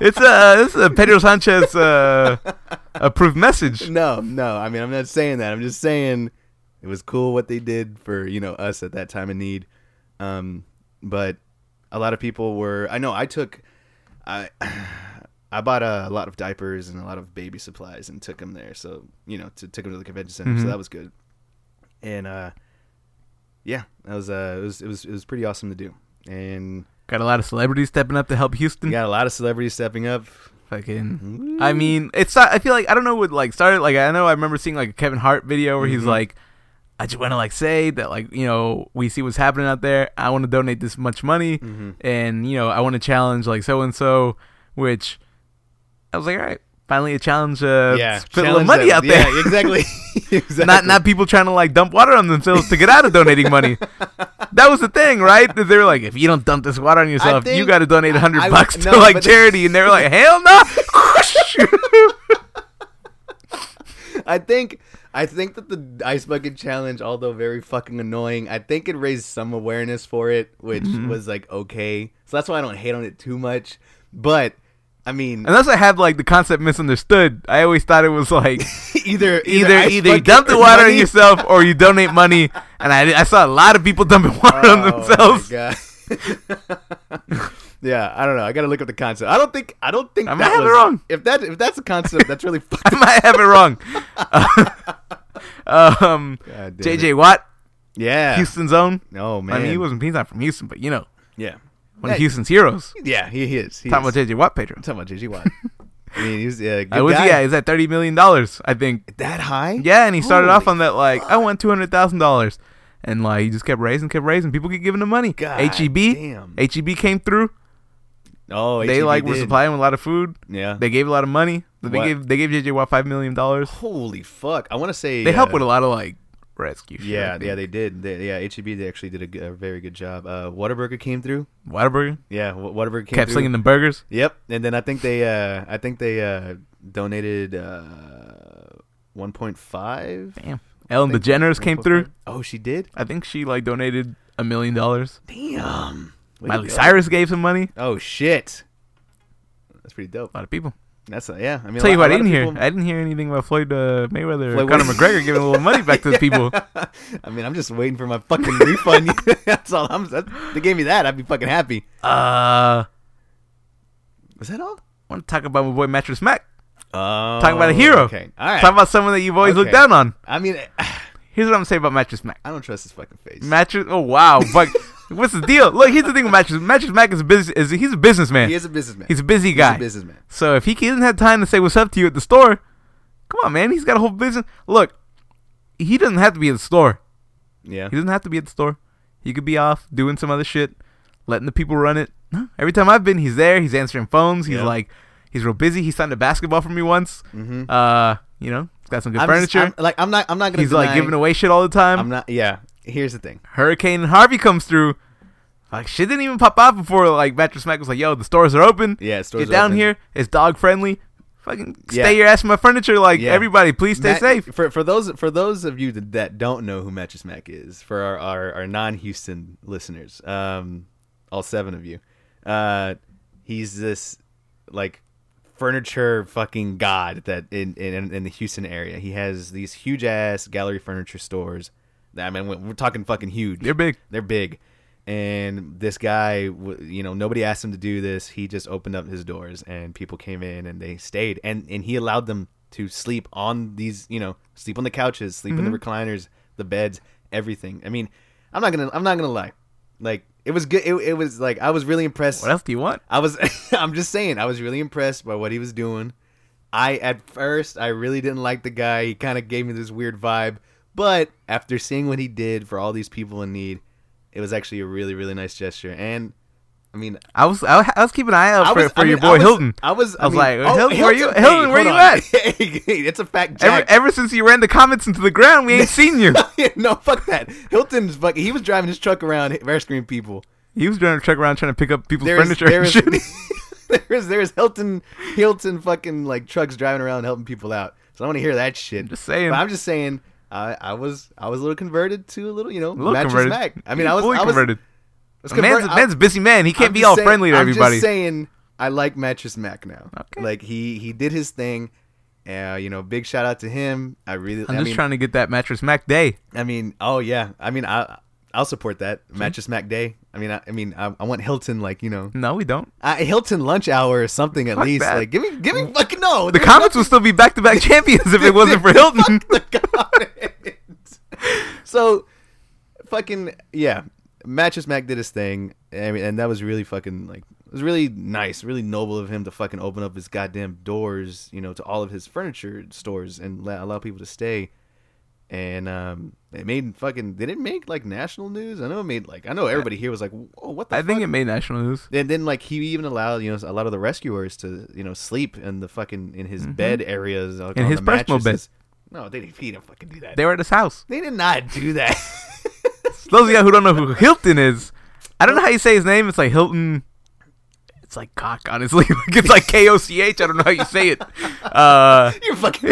it's a it's a Pedro Sanchez
[laughs]
uh, approved message.
No, no. I mean, I'm not saying that. I'm just saying it was cool what they did for you know us at that time of need. Um, but a lot of people were. I know I took, I, [sighs] I bought a, lot of diapers and a lot of baby supplies and took them there. So you know, to, took them to the convention center.
Mm-hmm.
So that was good. And uh, yeah, that was uh, it was it was it was pretty awesome to do. And
Got a lot of celebrities stepping up to help Houston.
we got a lot of celebrities stepping up.
Fucking.
Mm.
I mean, it's not, I feel like I don't know what like started. Like I know I remember seeing like a Kevin Hart video where
Mm-hmm.
he's like, I just want to like say that like you know we see what's happening out there. I want to donate this much money,
Mm-hmm.
and you know I want to challenge like so and so, which I was like, all right, finally a challenge. Uh, yeah, put a little
challenge
money
that-
out there.
Yeah,
[laughs]
exactly. [laughs] exactly.
Not not people trying to like dump water on themselves to get out of donating money. That was the thing, right? That They were like, if you don't dump this water on yourself, you
think-
got to donate
I-
hundred
I-
bucks to
no,
like
but-
charity, and they were like, hell
[laughs]
no.
I think I think that the ice bucket challenge, although very fucking annoying, I think it raised some awareness for it, which
Mm-hmm.
was like okay. So that's why I don't hate on it too much. But I mean,
Unless I had like the concept misunderstood, I always thought it was like
[laughs] either
[laughs] either
ice
either you
bucket
dump the
or
water on
money.
yourself or you donate money. [laughs] And I, I saw a lot of people dumping water
Oh
on
my
themselves.
God. [laughs] Yeah, I don't know. I gotta look up the concept. I don't think. I don't think.
I might
that
have it
was,
wrong.
If that if that's a concept, that's really [laughs] fucked.
I might have
[laughs]
it wrong. [laughs] um,
God damn it.
JJ Watt,
Yeah.
Houston's own.
Oh man.
I mean, he wasn't. He's not from Houston, but you know,
Yeah.
one
Yeah,
of Houston's heroes.
Yeah, he he is. He
Talking
is.
about JJ Watt, Pedro.
talking about JJ Watt. I mean, he's yeah. Good
I was
guy.
yeah, he's at thirty million dollars, I think.
That high?
Yeah, and he started
Holy
off on that like I want two hundred thousand dollars, and like he just kept raising, kept raising. People keep giving him money.
God
H E B,
damn.
H E B came through.
Oh,
They
HEB
like were
did.
supplying him with a lot of food.
Yeah.
They gave a lot of money. They
What?
gave they gave JJ Watt five million dollars.
Holy fuck! I want to say
They
uh,
helped with a lot of like rescue. shit, I
Yeah, yeah,
think.
they did. They, yeah, HEB they actually did a, g- a very good job. Uh, Whataburger came through.
Whataburger
Yeah, Wh- Whataburger came
kept
through.
slinging the burgers.
Yep, and then I think they, uh, I think they uh, donated uh, 1.5.
Damn. Ellen DeGeneres came through.
Oh, she did.
I think she like donated a million dollars.
Damn. Way to
Miley
go.
Cyrus gave some money.
Oh shit. That's pretty dope.
A lot of people.
That's uh, yeah. I mean, a
Tell you
lot-
what,
a
I
lot
didn't
of
hear.
people-
I didn't hear anything about Floyd uh, Mayweather
Floyd
or Conor
Mayweather.
McGregor giving a little money
[laughs]
back to the people.
I mean, I'm just waiting for my fucking
[laughs]
refund. [laughs] that's all. I'm. That, they gave me that. I'd be fucking happy.
Uh,
Is that all?
want to talk about my boy Mattress Mac?
Oh,
Talking about a hero.
Okay. All right.
Talk about someone that you've always looked
Okay.
down on.
I mean, [sighs] I
Here's what I'm saying about Mattress Mac.
don't trust his fucking face.
Mattress. Oh wow,
[laughs]
but what's the deal? Look, here's the thing with Mattress. Mattress Mac is a business. Is he's a businessman.
he is a businessman.
he's a busy
He's
guy.
a businessman.
So if he doesn't have time to say what's up to you at the store, come on, man. He's got a whole business. Look, he doesn't have to be at the store.
Yeah.
He doesn't have to be at the store. He could be off doing some other shit, letting the people run it. No, Every time I've been, he's there. He's answering phones. He's
Yeah.
like, he's real busy. He signed a basketball for me once. Uh, you know, he's got some good
Mm-hmm. I'm just-
furniture.
I'm- like I'm not. I'm not gonna.
he's like
deny-
giving away shit all the time.
I'm not. Yeah. Here's the thing.
Hurricane Harvey comes through. Like shit didn't even pop off before like Mattress Mac was like, "Yo, the stores are open.
Yeah, stores
get
are
down
open.
here. It's dog friendly. Fucking
Yeah.
stay your ass in my furniture. Like
Yeah.
everybody, please stay
Matt-
safe."
For for those for those of you that, that don't know who Mattress Mac is, for our, our, our non Houston listeners, um, all seven of you, uh, he's this like furniture fucking god that in, in in the Houston area. He has these huge ass gallery furniture stores. that- I mean, we're- we're talking fucking huge.
They're big.
They're big. And this guy, w- you know, nobody asked him to do this. He just opened up his doors, and people came in and they stayed. And and he allowed them to sleep on these, you know, sleep on the couches, sleep in the recliners, the beds, everything. I mean, I'm not gonna, I'm not gonna lie. Like it was good. It, it was like I was really impressed.
What else do you want?
I was [laughs] I'm just saying I was really impressed by what he was doing. I at first I really didn't like the guy. He kind of gave me this weird vibe, but after seeing what he did for all these people in need, it was actually a really really nice gesture. And I mean,
I was I, was- I was keeping an eye out
I
for,
was
for
I mean,
your
I
boy
was-
Hilton.
I was
I was
mean- oh,
like, Hilton, where you-
hey,
Hilton, where
hold
you
on. [laughs]
at?
Hey, it's a fact,
Ever,
Jack.
ever since you ran the comments into the ground, we
[laughs]
ain't seen you.
no, fuck that. Hilton's fucking. He was driving his truck around rescuing people.
He was driving a truck around trying to pick up people's
There is-
furniture.
there
and
is-
shit.
[laughs] there is there is Hilton Hilton fucking like trucks driving around helping people out. So I want to hear that shit.
Just saying.
But I'm just saying. I, I was I was a little converted to a little you know
Look,
mattress
converted.
Mac. I mean
He's
I was
fully
I was,
converted.
was
A man's,
convert-
a
I-
man's a busy man. He can't
I'm
be
just
all
saying-
friendly to
I'm
everybody.
just saying I like mattress Mac now.
Okay.
Like he he did his thing. Uh, you know, big shout out to him. I really
I'm
I
just
mean,
trying to get that mattress Mac day.
I mean, oh yeah. I mean, I I'll support that mattress Mac day. I mean, I, I mean, I, I want Hilton like you know
No, we don't.
uh, Hilton lunch hour or something at
Fuck
least.
that.
Like, give me, give me fucking no.
The
There's
comments would still be back
[laughs]
to back champions if it wasn't for Hilton.
nothing comment. so, fucking yeah, Mattress Mac did his thing. I mean, and that was really fucking like it was really nice, really noble of him to fucking open up his goddamn doors, you know, to all of his furniture stores and let, allow people to stay. And um, it made fucking did it make like national news? I know it made like I know everybody here was like, whoa, what the
I
fuck?
think it made national news.
And then like he even allowed you know a lot of the rescuers to you know sleep in the fucking in his bed areas like,
Mm-hmm. In
on
his
the
personal bed.
mattresses. No, they didn't, he didn't fucking do that.
They were at his house.
they did not do
[laughs]
that. [laughs]
Those of you who don't know who Hilton is, I don't know how you say his name. It's like Hilton. It's like cock, honestly. [laughs] Like, it's like K O C H. I don't know how you say it. Uh,
You're
[laughs]
fucking.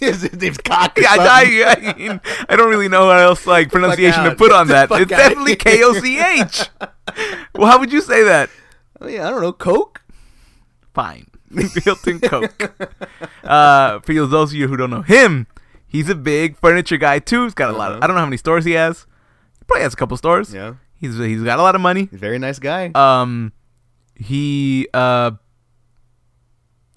his name's cock. or
yeah,
something.
I, I, I, mean, I don't really know what else like pronunciation to
out.
put
Get
on
the
that.
fuck
It's
outta
definitely
here.
K O C H. Well, how would you say that?
I, mean, I don't know. Coke. [laughs]
Fine, Hilton Coke. Uh, for those of you who don't know him, he's a big furniture guy too. He's got a lot. Of,
Uh-huh.
I don't know how many stores he has. He probably has a couple stores.
Yeah.
He's he's got a lot of money.
Very nice guy.
Um, he uh,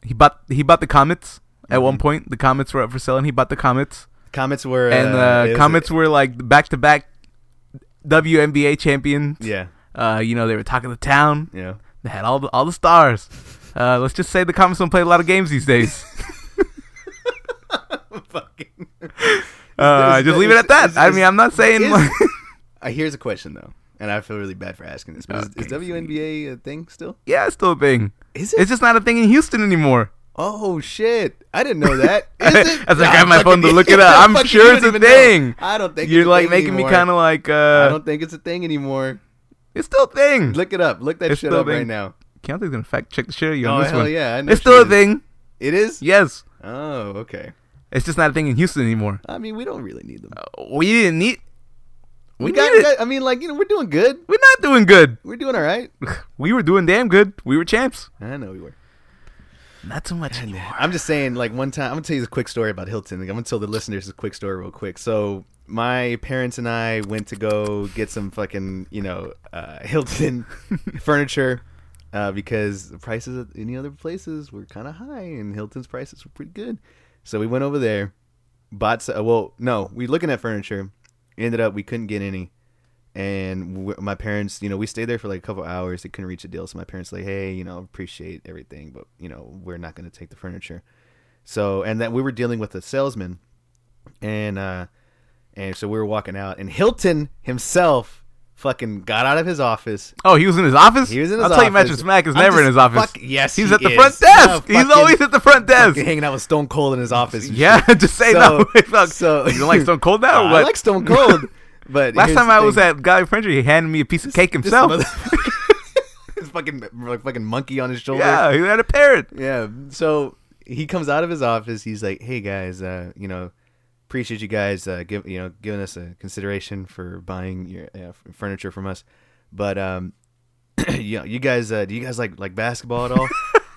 he bought he bought the comets
Mm-hmm.
at one point. The comets were up for sale, and he bought the comets.
Comets were
and
uh, it
the
was-
comets were like back to back WNBA champions.
[laughs] yeah,
Uh, you know they were talking to town. [laughs]
yeah.
They had all the, all the stars. Uh, let's just say the Comets don't play a lot of games these
[laughs]
days.
Fucking.
Uh, just leave it at that. I mean, I'm not saying.
Is-
like- [laughs]
Uh, here's a question though, and I feel really bad for asking this, but
Oh, Okay,
is, is WNBA a thing still?
yeah, it's still a thing.
Is it?
It's just not a thing in Houston anymore.
oh shit! I didn't know
[laughs]
that. Is it?
As I
Nah,
got my
fucking-
phone to look it
[laughs]
up.
I
I'm
fucking
sure it's
don't
a
even know.
thing.
I don't think
You're like making me kind
of.
of like.
I
uh
don't think it's a thing anymore.
It's still a thing.
Look it up. Look that
It's
shit
still
up
a thing.
right now.
Keontae's gonna fact check the shit out of you on
Oh
this
hell
one.
yeah! I know
it's
she
still a
is.
thing.
It is.
Yes.
Oh okay.
It's just not a thing in Houston anymore.
I mean, we don't really need them.
We didn't need. Uh, We,
We
got,
got, we got. I mean, like you know, we're doing good.
We're not doing good.
We're doing all right.
We were doing damn good. We were champs.
I know we were.
Not so much anymore.
I'm just saying, like one time, I'm gonna tell you a quick story about Hilton. Like, I'm gonna tell the listeners a quick story real quick. So my parents and I went to go get some fucking, you know, uh, [laughs] Hilton furniture uh, because the prices at any other places were kind of high, and Hilton's prices were pretty good. So we went over there, bought. So, well, no, we looking at furniture. Ended up we couldn't get any and w my parents, you know, we stayed there for like a couple hours. They couldn't reach a deal, so my parents like, hey, you know, appreciate everything, but you know, we're not going to take the furniture. So, and that we were dealing with a salesman, and uh, and so we were walking out, and Hilton himself fucking got out of his office.
Oh, he was in his office.
He was in his
I'll
office.
tell you, Mattress Mac is
I'm
never in
just-
his office.
fuck- yes,
he's
he
at the
is.
front desk.
No,
he's
fucking-
always at the front desk.
fucking hanging out with Stone Cold in his office. and
Yeah, [laughs]
shit.
just say no. Fuck. you don't like Stone Cold now? or
[laughs] I
what?
like Stone Cold, but
[laughs] Last
here's
time
the
I was
thing.
at Guy French, he handed me a piece of cake
This
himself.
[laughs] motherfucker- this fucking like, fucking monkey on his shoulder.
[laughs] yeah, he had a parrot.
Yeah. So he comes out of his office. He's like, "Hey guys, uh, you know, appreciate you guys uh, give you know giving us a consideration for buying your uh, f- furniture from us, but um, [clears throat] you know, you guys, uh, do you guys like like basketball
[laughs]
at all?"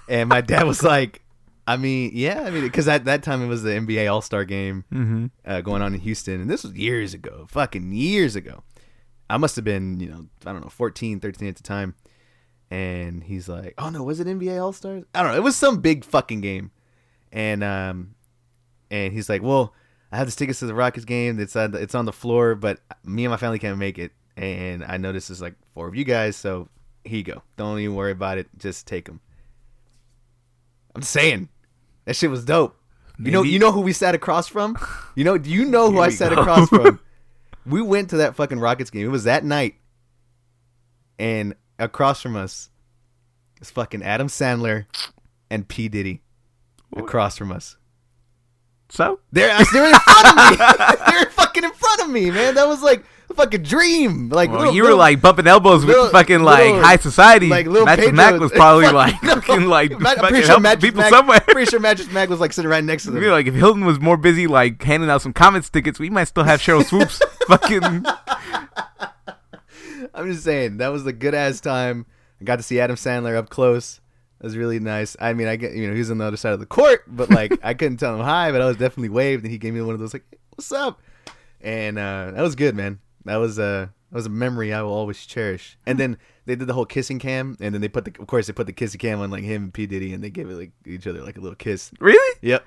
and my dad was like, "I mean, yeah, I mean, because at that time it was the NBA All Star Game
Mm-hmm.
uh, going on in Houston, and this was years ago, fucking years ago. I must have been, you know, I don't know, 14, 13 at the time. And he's like, oh no, was it NBA All Stars? I don't know. It was some big fucking game. And um, and he's like, well, I have the tickets to the Rockets game. It's on the, it's on the floor, but me and my family can't make it. And I noticed there's like four of you guys, so here you go. Don't even worry about it. Just take them. I'm just saying, that shit was dope. You know,
Maybe-
you know who we sat across from. You know, do you know who
Here
I
we
sat
go.
across
[laughs]
from? We went to that fucking Rockets game. It was that night, and across from us is fucking Adam Sandler and P Diddy. Across from us,
So
they're [laughs] they're in front
[laughs]
of me. they're fucking in front of me, man. That was like a fucking dream. Like
well,
little-
you
little-
were like bumping elbows
little-
with fucking like
little-
high society.
like little
Mattress
Pedro.
Mac was
[laughs]
probably
Fuck,
like [laughs]
no.
fucking like
Matt- I'm
fucking
pretty sure
helping
Magic
people
Mac,
somewhere.
Pretty sure Magic Mac was like sitting right next to
I
them.
feel like if Hilton was more busy like handing out some comments tickets, we might still have
[laughs]
Cheryl Swoops fucking
I'm just saying that was a good ass time. I got to see Adam Sandler up close. That was really nice. I mean, I get you know he was on the other side of the court, but like I couldn't tell him hi, but I was definitely waved, and he gave me one of those like "Hey, "What's up?" And uh, that was good, man. That was uh, that was a memory I will always cherish. And then they did the whole kissing cam, and then they put the of course they put the kissing cam on like him and P Diddy, and they gave it like each other like a little kiss.
Really?
Yep,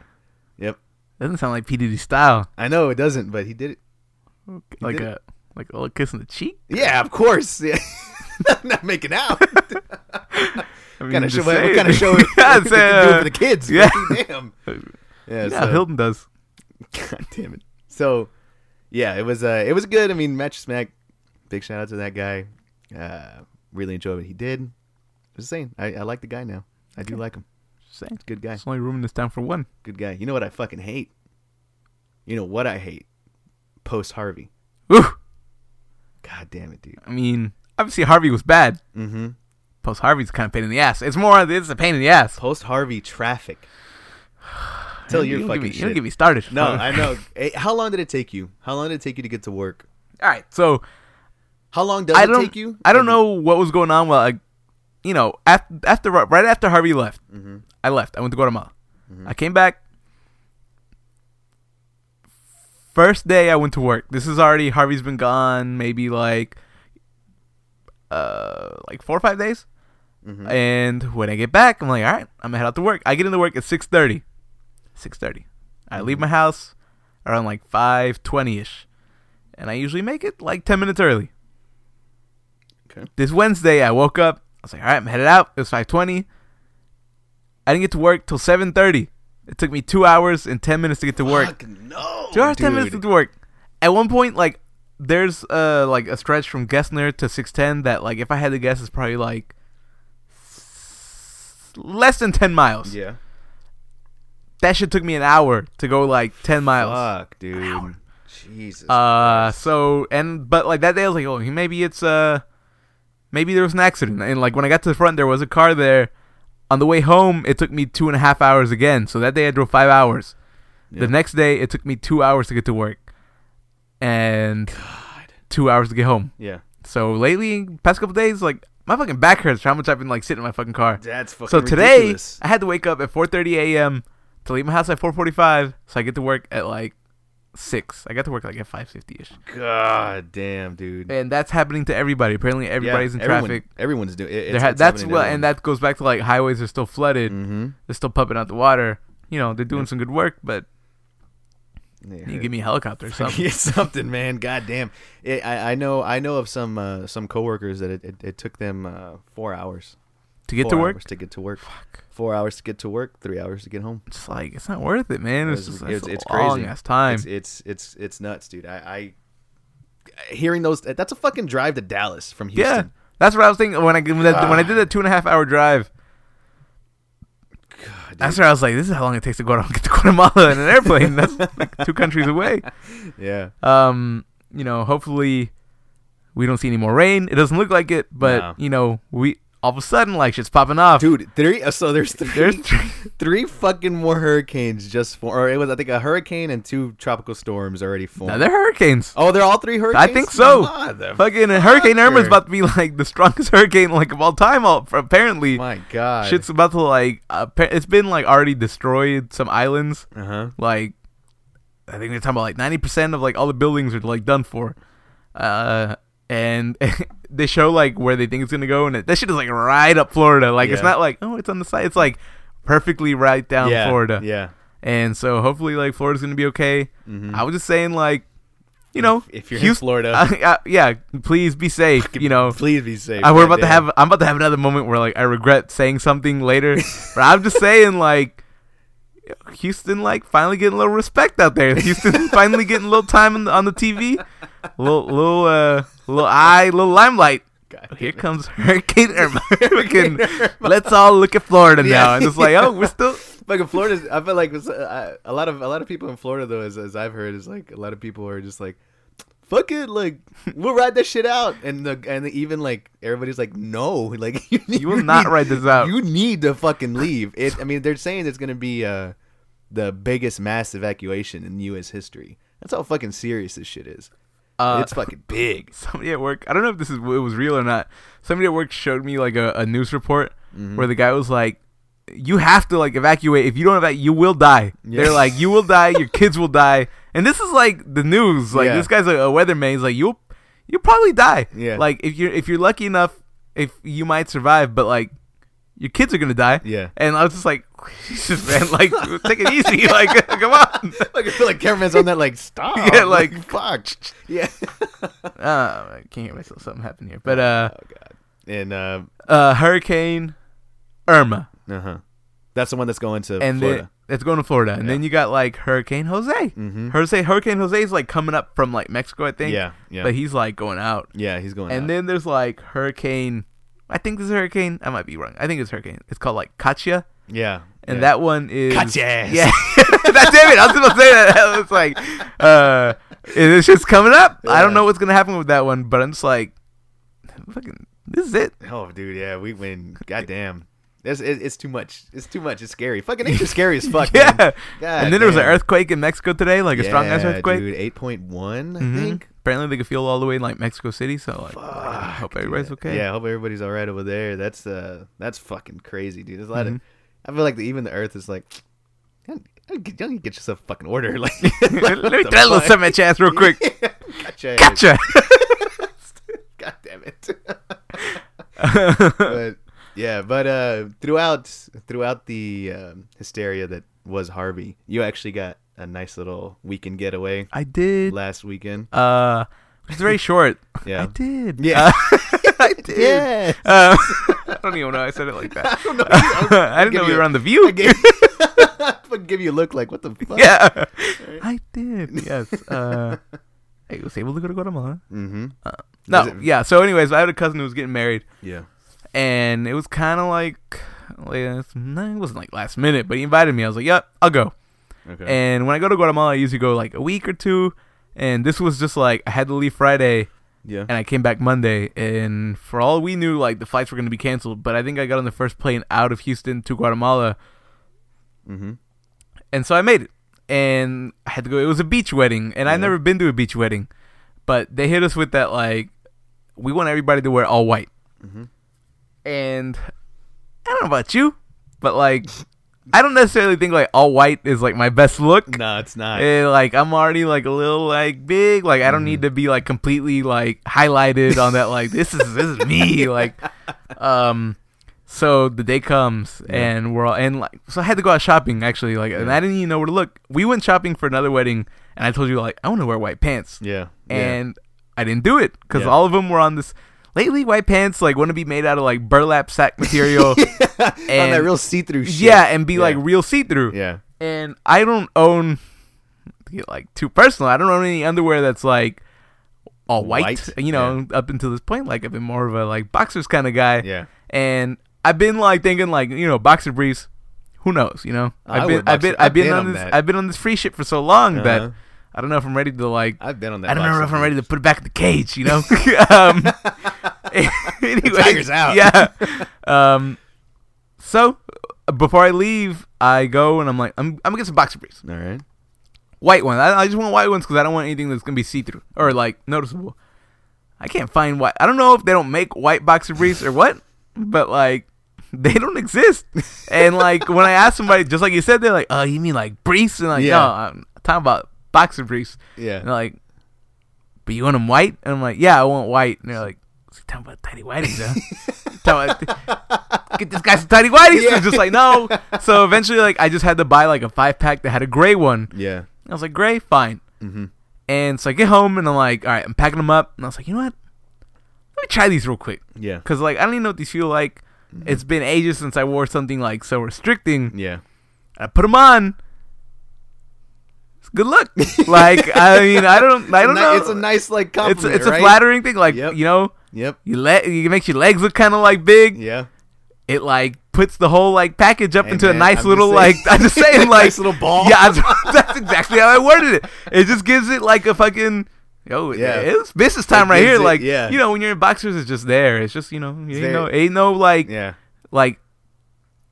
yep.
Doesn't sound like P. Diddy style.
I know it doesn't, but he did it.
Like
did
a like a little kiss on the cheek?
Yeah, of course. [laughs] Yeah. not making out.
I mean,
kind of
just
show, what
saying.
kind of
[laughs]
show
Yeah,
we can
it's,
do it
uh,
for the kids.
yeah.
fucking damn.
[laughs]
Yeah,
yeah,
so,
Hilton does.
[laughs] God damn it. So, yeah, it was uh, it was good. I mean, Match Smack, big shout out to that guy. Uh, really enjoyed what he did. Just saying, I, I like the guy now. I do like him.
Just saying.
Good guy.
There's only room in this town for one.
Good guy. You know what I fucking hate? You know what I hate? Post Harvey.
Woo!
God damn it, dude.
I mean, obviously Harvey was bad.
Mm-hmm.
Post Harvey's kind of pain in the ass. It's more, it's a pain in the ass.
Post Harvey traffic.
[sighs]
Tell
You
your
don't
fucking
get me,
shit.
You don't get me started. [laughs]
No, I know. Eh, How long did it take you? How long did it take you to get to work?
All right, so
How long does
I
it
don't.
take you?
I don't
Have you-
know what was going on. Well, I, you know, after, after right after Harvey left,
Mm-hmm.
I left. I went to Guatemala. I came back. First day I went to work. This is already Harvey's been gone. Maybe like uh like four or five days. And when I get back, I'm like, all right, I'm gonna head out to work. I get into work at six thirty. Six thirty. I leave my house around like five twenty ish, and I usually make it like ten minutes early.
Okay.
This Wednesday, I woke up. I was like, all right, I'm headed out. It was five twenty. I didn't get to work till seven thirty. It took me two hours and ten minutes to get to work.
Fuck no.
Two hours, ten minutes
dude.
to work. At one point, like there's uh like a stretch from Gessner to six ten that like if I had to guess, it's probably like s- less than ten miles.
Yeah.
That shit took me an hour to go like ten miles.
Fuck, dude. Jesus.
Uh, so and but like that day I was like, oh, maybe it's uh, maybe there was an accident. And like when I got to the front, there was a car there. On the way home, it took me two and a half hours again. So that day I drove five hours.
Yeah.
The next day, it took me two hours to get to work, and
God.
two hours to get home.
Yeah.
So lately, past couple days, like my fucking back hurts from how much I've been like sitting in my fucking car.
That's fucking
so today,
ridiculous.
I had to wake up at 4:30 a.m. to leave my house at 4:45, so I get to work at like six. I got to work like at 5:50 ish,
God damn, dude.
and that's happening to everybody. Apparently,
Yeah,
everybody's in
everyone-
traffic.
Everyone's doing it.
There ha- that's what, and that goes back to like highways are still flooded.
Mm-hmm.
They're still pumping out the water. You know, they're doing some good work, but you
[laughs]
give me a helicopter or something.
Get something, man. God damn. It, I, I know. I know of some uh, some coworkers that it, it, it took them uh, four hours.
to
[laughs]
get
four
to work.
hours to get to work. Four hours to get to work. Three hours to get home.
It's like it's not worth it, man.
It
It's,
was-
just it's,
it's- it's
a long
crazy.
ass time.
It's it's it's, it's nuts, dude. I, I hearing those. That's a fucking drive to Dallas from
yeah,
Houston. Ah.
that's what I was thinking when I when, that, when I did that two and a half hour drive.
God, dude.
That's where I was like, this is how long it takes to go to, [laughs] get to Guatemala in an airplane. That's
[laughs]
like two countries away.
yeah.
Um, you know, hopefully we don't see any more rain. It doesn't look like it, but
No.
you know, we all of a sudden like shit's popping off.
dude three uh, so there's three, [laughs]
There's three.
three fucking more hurricanes just for or it was i think a hurricane and two tropical storms already formed
Now, they're hurricanes.
oh they're all three hurricanes
I think so.
Mother-
Fucking Hurricane Irma's
fucker.
about to be like the strongest [laughs] hurricane like of all time. All apparently,
my god
shit's about to like. appa- it's been like already destroyed some islands.
uh-huh
like I think they're talking about like ninety percent of like all the buildings are like done for, uh, and [laughs] they show like where they think it's gonna go, and it, that shit is like right up Florida. Like it's
Yeah.
not like oh it's on the side, it's like perfectly right down
yeah
Florida.
yeah
And so hopefully like Florida's gonna be okay. I was just saying like, you know,
Mm-hmm. if you're in
Houston-
Florida.
[laughs] I- I- yeah, please
[laughs]
be safe. You know,
please be safe
I, Uh, we're about to
goddamn.
have. I'm about to have another moment where like I regret saying something later. but I'm just saying like, Houston like finally getting a little respect out there. Houston finally getting a little time on the, on the TV, little little uh little eye, little limelight.
God damn
Here
it.
comes Hurricane Irma. [laughs] Fucking,
Irma.
let's all look at Florida
Yeah.
now. And it's like, oh, we're still.
Fucking Florida. I feel like it's, uh, I- a lot of a lot of people in Florida though, as, as I've heard, is like a lot of people are just like, "Fuck it, like we'll ride that shit out." And the and even like everybody's like, "No, [laughs] like you, need,
You will
[laughs]
not
need-
ride this out.
You need to fucking leave." It. I mean, they're saying it's gonna be uh, the biggest mass evacuation in U.S. history. That's how fucking serious this shit is.
Uh,
it's
[laughs]
fucking big.
somebody at work i don't know if this is it was real or not somebody at work showed me like a, a news report
Mm-hmm.
where the guy was like you have to like evacuate if you don't evacuate you will die
Yeah.
they're like you will die
[laughs]
your kids will die and this is like the news like
Yeah.
this guy's a, a weatherman he's like you'll you'll probably die
Yeah.
like if you're if you're lucky enough if you might survive but like your kids are gonna die
Yeah.
and i was just like [laughs] jesus man like take it easy [laughs] like come
[laughs]
on
Like I feel like cameraman's on that. Like [laughs] stop.
Yeah, like- [laughs]
fuck. Yeah. [laughs]
uh, i can't hear myself something happened here but uh
oh god. And uh
uh hurricane irma
uh huh. That's the one that's going to
and
Florida. Mm-hmm.
then it's going to Florida, and then you got like Hurricane Jose. Jose Hurricane Jose is like coming up from like Mexico, I think.
Yeah, yeah.
But he's like going out,
Yeah, he's going.
and then there's like Hurricane. I think this is Hurricane. I might be wrong. I think it's Hurricane. It's called like Katya,
yeah,
and that one is
Katya.
Yeah, [laughs] that damn it! I was gonna say that. It's like, uh, and it's just coming up. I don't
Yeah.
know what's gonna happen with that one, but I'm just like, fucking, this is it.
Oh, dude, yeah, we
[laughs]
win. Goddamn, it's it, it's too much. It's too much. It's scary.
[laughs]
Fucking nature's scary as fuck.
Yeah.
man. God
and then there was an
damn.
earthquake in Mexico today, like a strong ass
Yeah,
earthquake.
Dude, eight point one. I
Mhm.
think.
Apparently, they could feel all the way in like Mexico City. So like, I hope everybody's okay.
Yeah, I hope everybody's all right over there. That's uh, that's fucking crazy, dude. There's a lot of.
Mm-hmm.
I feel like the, even the Earth is like. Y'all y'all need to get yourself a fucking order. [laughs] Like,
[laughs] [laughs] Let me tell you
[laughs]
something, at your ass real quick.
Gotcha.
Gotcha.
God damn it. [laughs] but yeah, but uh, throughout throughout the um, hysteria that was Harvey, you actually got a nice little weekend getaway
[laughs] I did.
last weekend.
Uh, it's
[laughs]
very short.
Yeah.
I did.
Yeah.
Uh, [laughs] I did.
Yeah. [laughs]
Uh, [laughs] I don't even know. I said it like that. I,
don't know. [laughs] [laughs]
[laughs]
I was
didn't know
giving
we
you-
were on the View.
[laughs] But give you a look like what the
[laughs]
fuck?
Yeah, I
[laughs]
did. Yes. Uh, I was able to go to Guatemala. Uh,
Mm-hmm.
No.
Was it-
Yeah. So, anyways, I had a cousin who was getting married,
Yeah.
and it was kind of like, like, no, it wasn't like last minute, but he invited me. I was like, "Yep, I'll go."
Okay.
And when I go to Guatemala, I usually go like a week or two. And this was just like I had to leave Friday,
yeah.
and I came back Monday. And for all we knew, like the flights were going to be canceled. But I think I got on the first plane out of Houston to Guatemala,
Mm-hmm.
and so I made it. And I had to go. It was a beach wedding, and I've
Yeah.
never been to a beach wedding, but they hit us with that like, we want everybody to wear all white.
Mhm.
And I don't know about you, but like, I don't necessarily think like all white is like my best look.
No, it's not.
Eh, like I'm already like a little like big. Like I don't
Mm-hmm.
need to be like completely like highlighted on that. Like this is this
[laughs]
is me. Like, um, so the day comes and we're all and like so I had to go out shopping actually. Like and I didn't even know where to look. We went shopping for another wedding and I told you like I want to wear white pants
yeah. yeah.
and I didn't do it because
Yeah.
all of them were on this. Lately, white pants like want to be made out of like burlap
[laughs]
sack material.
on that
and-
real see-through shit.
yeah, and be like
Yeah.
real see through
Yeah.
and I don't own to get like too personal. I don't own any underwear that's like all white.
White?
You know, up until this point, like I've been more of a like boxers kind of guy.
Yeah.
And I've been like thinking like you know boxer briefs. Who knows? You know,
I
I've
wear
been I've been
boxer-
I've been
I've
on
been
this
on that.
I've been on this free shit for so long
Uh-huh.
that I don't know if I'm ready to like.
I've been on that.
I don't know if
boxer
I'm ready to
brief.
put it back in the cage,
[laughs]
you know. um, [laughs] anyway,
tiger's out.
Yeah. Um, so uh, before I leave, I go and I'm like, I'm, I'm gonna get some boxer briefs,
All right.
white ones. I, I just want white ones because I don't want anything that's gonna be see through or like noticeable. I can't find white. I don't know if they don't make white boxer briefs or what, but like [laughs] they don't exist. And like when I ask somebody, just like you said, they're like, "Oh, you mean like briefs?" And like,
Yeah.
no, I'm talking about boxer briefs.
Yeah.
And they're like, but you want them white? And I'm like, yeah, I want white. And they're like, so you talking about tidy whities,
[laughs]
huh? Talking about- Get this guy some tidy whities.
Yeah.
I'm just like, no. So eventually, like, I just had to buy like a five pack that had a gray one.
Yeah.
I was like, gray, fine.
Mm-hmm.
And so I get home and I'm like, all right, I'm packing them up. And I was like, you know what? Let me try these real quick
Yeah.
because like I don't even know what these feel like.
Mm-hmm.
It's been ages since I wore something like so restricting.
Yeah.
I put them on. It's
[laughs]
good look. Like I mean, I don't, I don't
Ni-
know.
It's a nice like
it's
compliment.
it's
right?
a flattering thing. Like
Yep.
you know,
Yep.
you let it makes your legs look kind of like big.
Yeah.
It like puts the whole like package up
Hey,
into a
man,
nice
I'm
little
just
like
saying-
I'm
[laughs]
just saying like
Nice little ball.
Yeah, that's, [laughs] that's exactly how I worded it. It just gives it like a fucking. Yo,
Yeah.
yeah. it's business time right
gives
here.
it-
like,
yeah.
you know, when you're in boxers, it's just there. It's just you know, you
there.
ain't no, ain't no like,
Yeah.
like.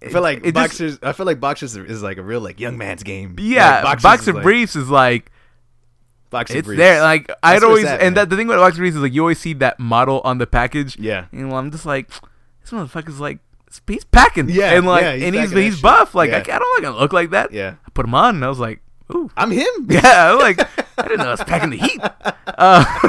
I feel like
it just-
boxers. I feel like boxers is like a real like young man's game.
yeah,
Like, boxers
boxer
is like-
briefs is like
Boxer
it's
briefs.
there. Like I'd
where it's
always
at,
and
man.
that the thing about boxer briefs is like you always see that model on the package. [laughs]
Yeah.
And I'm just like, this motherfucker's like he's packing.
Yeah,
And like
yeah, he's
and he's
packing that
he's
shit.
buff. Like I,
Yeah.
I don't like to look like that.
Yeah.
I put him on and I was like, ooh. [laughs]
I'm him.
Yeah, I'm like I didn't know I was packing
[laughs]
the heat. Uh, [laughs]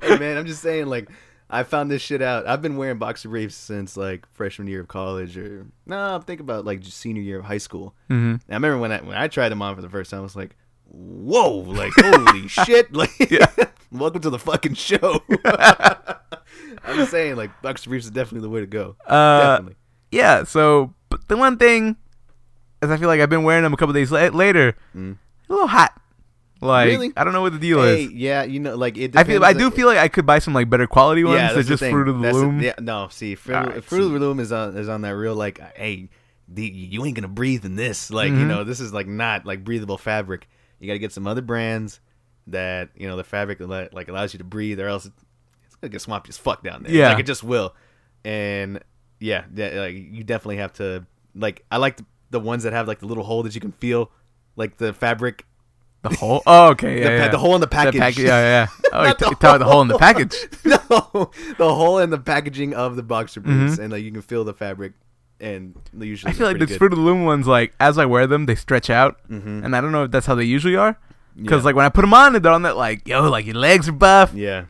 Hey, man, I'm just saying, like, I found this shit out. I've been wearing boxer briefs since like freshman year of college, or no, I'm thinking about like just senior year of high school. Mm-hmm. I remember when I when I tried them on for the first time, I was like, "Whoa! Like,
[laughs]
holy shit! Like, [laughs] welcome to the fucking show." [laughs] I'm saying, like, boxer briefs is definitely the way to go.
Uh,
definitely.
yeah, so but the one thing is I feel like I've been wearing them a couple days la- later. A little hot. Like
Mm. Really?
I don't know what the deal
Hey,
is.
yeah, you know, like it.
I feel
depends,
I do
like-
feel like I could buy some like better quality ones
Yeah,
that
that's the
just
thing.
Fruit of the
That's
Loom. Ah,
yeah, no, see, Fruit,
All right,
Fruit of the Loom is on is on that real like, hey, the, you ain't gonna breathe in this. Like,
Mm-hmm.
you know, this is like not like breathable fabric. You got to get some other brands that you know the fabric li- like allows you to breathe, or else it's gonna get swampy as fuck down there.
Yeah.
like it just will. And yeah, that, like you definitely have to like. I like the, the ones that have like the little hole that you can feel, like the fabric,
The hole? Oh, okay.
[laughs]
Yeah,
the,
yeah.
pa- the hole in the
The
package.
pack-
[laughs]
yeah, yeah. Oh, you
Not
t-
the
you talk about the hole in the
hole.
package. [laughs]
[laughs] no, the hole and the packaging of the boxer briefs, and like you can feel the fabric, and they usually.
Mm-hmm. I feel like
pretty
the
good. Mm-hmm.
Fruit of the Loom ones, like as I wear them, they stretch out, and I don't know if that's how they usually are. Because
Yeah.
like when I put them on, they're on that like yo, like your legs are buff,
Yeah,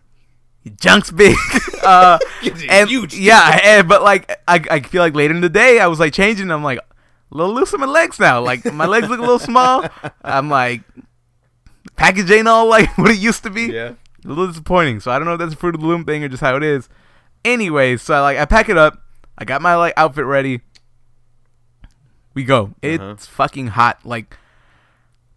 your
[laughs]
junk's big. [laughs] uh,
It's
and
huge.
yeah, and, but like I, I feel like later in the day I was like changing. I'm like a little loose in my legs now. Like my legs look a
[laughs]
little small. I'm like package ain't all like [laughs] what it used to be.
Yeah.
a little disappointing. So I don't know if that's a Fruit of the Loom thing or just how it is. Anyways, so I like I pack it up. I got my like outfit ready. We go.
Uh-huh.
It's fucking hot. Like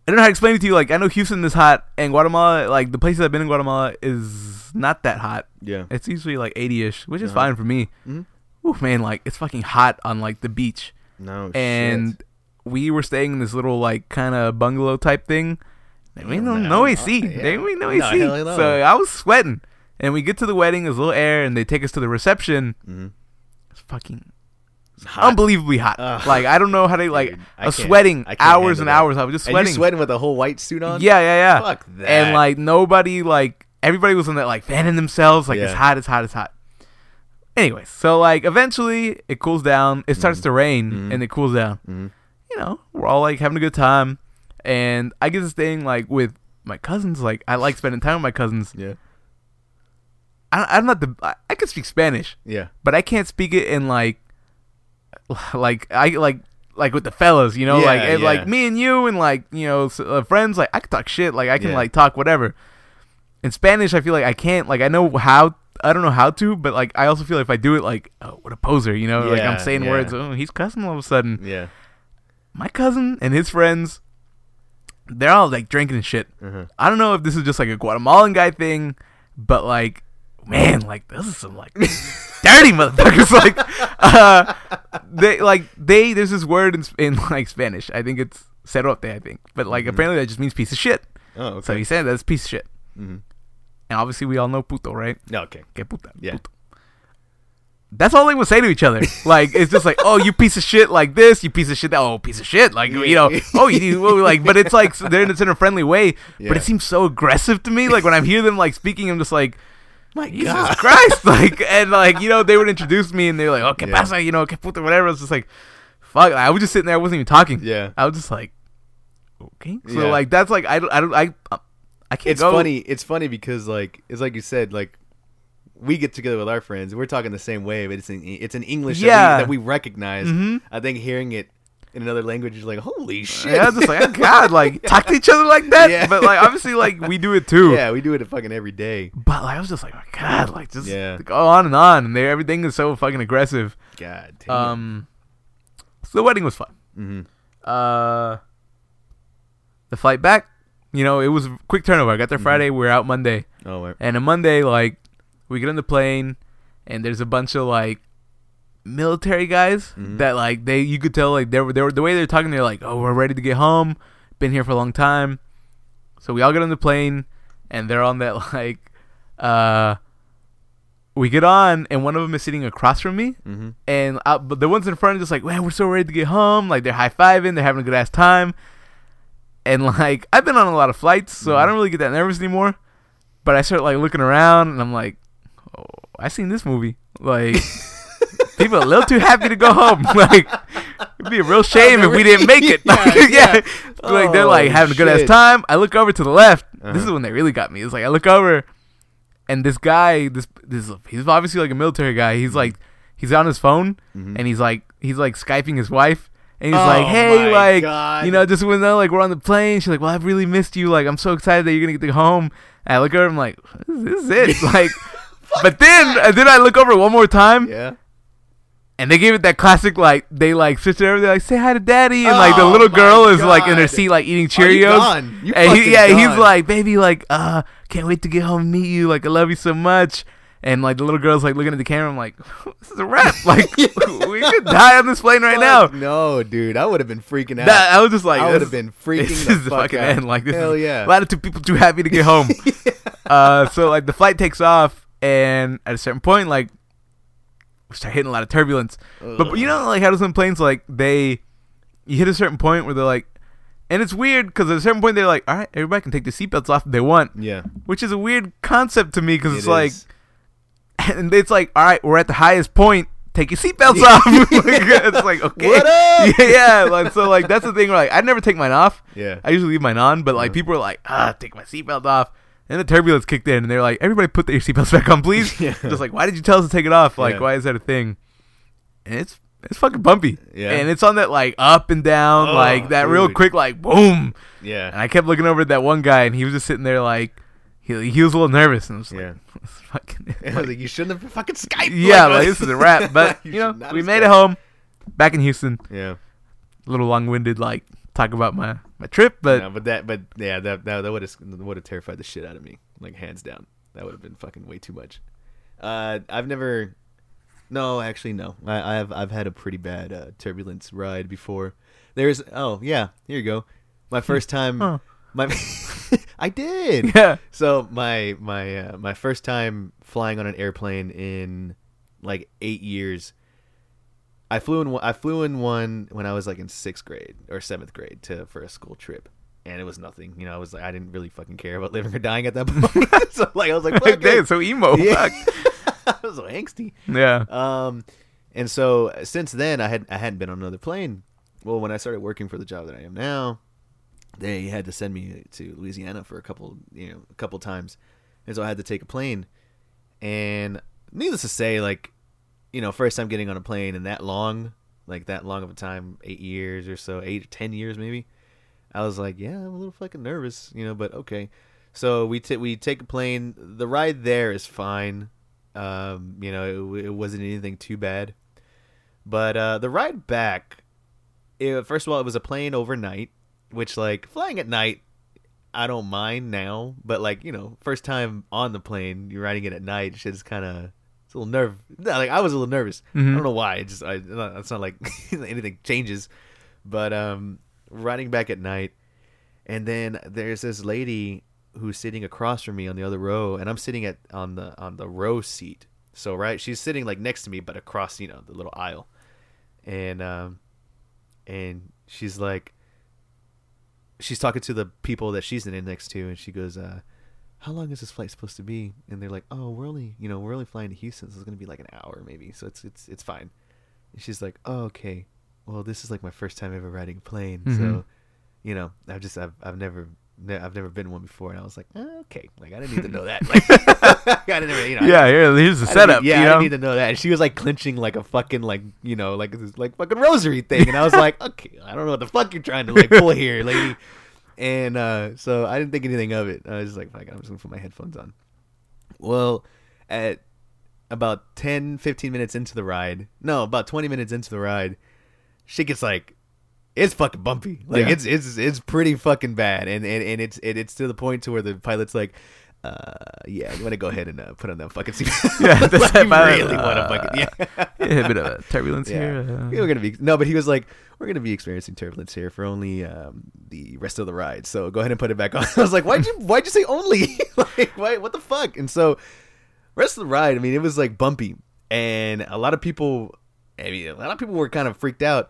I don't know how to explain it to you. Like I know Houston is hot, and Guatemala, like the places I've been in Guatemala, is not that hot.
Yeah.
It's usually like 80ish, which is
Uh-huh.
fine for me.
Mhm.
Oof, man, like it's fucking hot on like the beach,
No
and
shit.
we were staying in this little like kind of bungalow type thing. There ain't no,
Nah,
no AC.
yeah.
There ain't no
No,
AC.
hell no.
So I was sweating, and we get to the wedding. There's a little air, and they take us to the reception.
Mhm.
It's fucking
It's hot.
unbelievably hot.
Ugh.
Like I don't know how they like.
Dude, I
I was
can't-
sweating
I can't
hours and
handle
hours. I was just
Are you
sweating.
sweating with a whole white suit on?
Yeah, yeah, yeah.
Fuck that.
And like nobody, like everybody was in that like fanning themselves, like it's
Yeah.
hot, it's hot, it's hot. Anyways, so like eventually it cools down. It starts
Mm-hmm.
to rain and it cools down. You know, we're all like having a good time, and I get this thing like with my cousins. Like I like spending time with my cousins.
yeah,
I, I'm not the I, I can speak Spanish,
yeah,
but I can't speak it in like [laughs] like I like like with the fellas, you know,
Yeah,
like and,
yeah.
like me and you and like you know s- uh, friends, like I can talk shit, like I can
Yeah.
like talk whatever. In Spanish, I feel like I can't, like I know how. I don't know how to, but like I also feel if I do it, like oh, what a poser, you know. like
Yeah,
I'm saying
yeah.
words. Oh, he's cussing all of a sudden.
yeah.
My cousin and his friends, they're all like drinking and shit.
Uh-huh.
I don't know if this is just like a Guatemalan guy thing, but like, man, like this is some like dirty motherfuckers. Like, uh, they like they there's this word in, in like Spanish. I think it's cerote. I think, but like apparently that just means piece of shit.
Oh,
So
okay.
he said that's piece of shit.
Mhm.
And obviously we all know puto, right?
No, okay.
Que puta.
Yeah.
Puto. That's all they would say to each other. Like it's just like, oh, you piece of shit, like this, you piece of shit, that, oh, piece of shit, like you know, oh, you you- like. But it's like they're in, it's in a friendly way, but
Yeah.
it seems so aggressive to me. Like when I hear them like speaking, I'm just like,
My
Jesus Christ, [laughs] like and like you know they would introduce me and they're like, oh, que
Yeah.
pasa, you know, que puta, whatever. I was just like, fuck. I was just sitting there, I wasn't even talking.
Yeah.
I was just like, okay. So
Yeah.
like that's like I don't I don't I I can't
It's
go.
funny. It's funny because like it's like you said like. We get together with our friends. We're talking the same way, but it's in it's an English
Yeah.
that, we, that we recognize.
Mhm.
I think hearing it in another language is like, holy shit!
Yeah,
[laughs]
I was just like, oh, God, like talk to each other like that.
Yeah.
But like obviously like we do it too.
yeah, we do it fucking every day.
But like I was just like, oh, God, like just
Yeah.
go on and on, and they, everything is so fucking aggressive.
God damn.
Um, so the wedding was fun.
hmm
Uh, the flight back, you know, it was a quick turnover. I got
Mm-hmm.
there Friday. We were out Monday,
Oh, wait.
and on Monday, like, we get on the plane, and there's a bunch of like military guys that like they you could tell like they were they were the way they're talking. They're like, oh, we're ready to get home. Been here for a long time. So we all get on the plane, and they're on that [laughs] like, uh. We get on, and one of them is sitting across from me, [laughs]
hmm
and uh, but the ones in front are just like, man, we're so ready to get home. Like they're high fiving, they're having a good ass time. And like [laughs] I've been on a lot of flights, so I don't really get that nervous anymore. But I start like looking around, and I'm like, oh, I seen this movie. Like people are a little too happy to go home. [laughs] Like it'd be a real shame if we didn't make it.
[laughs] Yeah,
Like, [laughs] yeah,
yeah.
like they're like
Oh,
having a good ass
shit.
time. I look over to the left. This
Uh-huh.
is when they really got me. It's like I look over and this guy, this this he's obviously like a military guy.
Mm-hmm.
He's like he's on his phone and he's like he's like skyping his wife and he's
Oh
like,
my
hey, like
God.
you know, just when they're like we're on the plane, she's like, well, I've really missed you. Like I'm so excited that you're gonna get to go home. And I look over, I'm like, this is it. [laughs]
[laughs]
Like, but then and then I look over one more time
Yeah.
and they gave it that classic like they like switched it over. They're like, say hi to daddy, and like the
Oh
little
my
girl is like in
God.
her seat like eating
Oh, you
Cheerios.
gone. You
and he,
fucking
yeah, he's
gone.
like, baby, like, uh, can't wait to get home and meet you. Like, I love you so much. And like the little girl's like looking at the camera. I'm like, [laughs] this is a wrap. Like, [laughs] we could die on this plane right
[laughs] Fuck
now.
No, dude, I would have been freaking out.
That, I was just like,
I
this
would have
is-
been freaking
This
the
is the
fuck
fucking
out.
end. Like, this
Hell
is
yeah.
a lot of two people too happy to
[laughs]
get home. uh, so like the flight takes off, and at a certain point, like we start hitting a lot of turbulence. But you know, like how some planes, like they, you hit a certain point where they're like, and it's weird because at a certain point they're like, all right, everybody can take their seatbelts off if they want,
yeah,
which is a weird concept to me because
it
it's
is.
like, [laughs] and it's like, all right, we're at the highest point. Take
[laughs]
your seatbelts off. [laughs] Like, it's like okay,
What up?
[laughs] yeah, yeah. Like so, like that's the thing. Where like I never take mine off.
yeah,
I usually leave mine on, but like people are like, ah, take my seatbelt off. And the turbulence kicked in, and they're like, "Everybody, put their [laughs] seatbelts back on,
[laughs]
please."
Yeah.
Just like, why did you tell us to take it off? Like,
Yeah.
why is that a thing? And it's it's fucking bumpy.
Yeah.
And it's on that like up and down,
Oh,
like that real
dude.
quick, like boom. And
Yeah.
I kept looking over at that one guy, and he was just sitting there like, he, he was a little nervous, and I was like, [laughs]
Yeah.
"It's
[laughs]
fucking,
And [laughs] I was like, you shouldn't have fucking Skype.
[laughs] yeah, like this is
[laughs]
a wrap. But you,
should
know,
not
we
have
made it
Skyped.
home, back in Houston.
Yeah.
A little long-winded, like talk about my my trip, but
No, but that, but yeah, that that, that would have would have terrified the shit out of me, like hands down. That would have been fucking way too much. Uh, I've never, no, actually, no. I, I've I've had a pretty bad uh, turbulence ride before. There's, oh yeah, here you go. My
[laughs]
first time,
Huh.
my, [laughs] I did.
[laughs] yeah,
So my my uh, my first time flying on an airplane in like eight years. I flew in one- I flew in one when I was like in sixth grade or seventh grade to for a school trip, and it was nothing. You know, I was like I didn't really fucking care about living or dying at that [laughs] point. so like I was like, fuck
Damn,
it.
so emo.
Yeah.
Fuck.
[laughs] I was so angsty.
Yeah.
[laughs] Um, and so uh, since then, I had I hadn't been on another plane. Well, when I started working for the job that I am now, they had to send me to Louisiana for a couple, you know, a couple times, and so I had to take a plane. And needless to say, like, you know, first time getting on a plane in that long, like that long of a time, eight years or so, eight or ten years maybe. I was like, yeah, I'm a little fucking nervous, you know, but okay. So we t- we take a plane. The ride there is fine. Um, you know, it, w- it wasn't anything too bad. But uh, the ride back, it, first of all, it was a plane overnight, which like flying at night, I don't mind now. But like you know, first time on the plane, you're riding it at night, shit's kind of it's a little nerve. No, like I was a little nervous. I don't know why. It just I, not- it's not like [laughs] anything changes. But um, riding back at night, and then there's this lady who's sitting across from me on the other row and i'm sitting at on the on the row seat so right she's sitting like next to me but across you know the little aisle and um and she's like she's talking to the people that she's in next to and she goes uh how long is this flight supposed to be and they're like oh we're only you know we're only flying to houston so it's gonna be like an hour maybe so it's it's it's fine and she's like oh okay well this is like my first time ever riding a plane
Mhm.
so you know, I've just I've I've never ne- I've never been one before, and I was like, "Ah, okay, like I didn't need to know that. [laughs] Like, I didn't, really- you know,
Yeah, here, here's the
I didn't need-
setup.
yeah,
you
I
know?
didn't [laughs] need to know that. And she was like clinching like a fucking like you know like this like fucking rosary thing,
[laughs]
and I was like, okay, I don't know what the fuck you're trying to like pull here, lady. And uh, so I didn't think anything of it. I was just like, fuck, it, I'm just gonna put my headphones on. Well, at about 10, 15 minutes into the ride, no, about twenty minutes into the ride, she gets like it's fucking bumpy. Like
Yeah.
it's it's it's pretty fucking bad, and and, and it's it, it's to the point to where the pilot's like, uh, yeah, you want to go ahead and uh, put on that fucking seat. [laughs]
[laughs] Yeah,
like,
that's
you
that pilot,
really want to
uh,
fucking yeah.
[laughs]
[laughs]
Yeah, a bit of a turbulence here.
Yeah.
uh,
We We're gonna be no, but he was like, "We're gonna be experiencing turbulence here for only um, the rest of the ride, so go ahead and put it back on." [laughs] I was like, "Why'd you Why'd you say only? [laughs] like, why? What the fuck?" And so, rest of the ride, I mean, it was like bumpy, and a lot of people, I mean, a lot of people were kind of freaked out.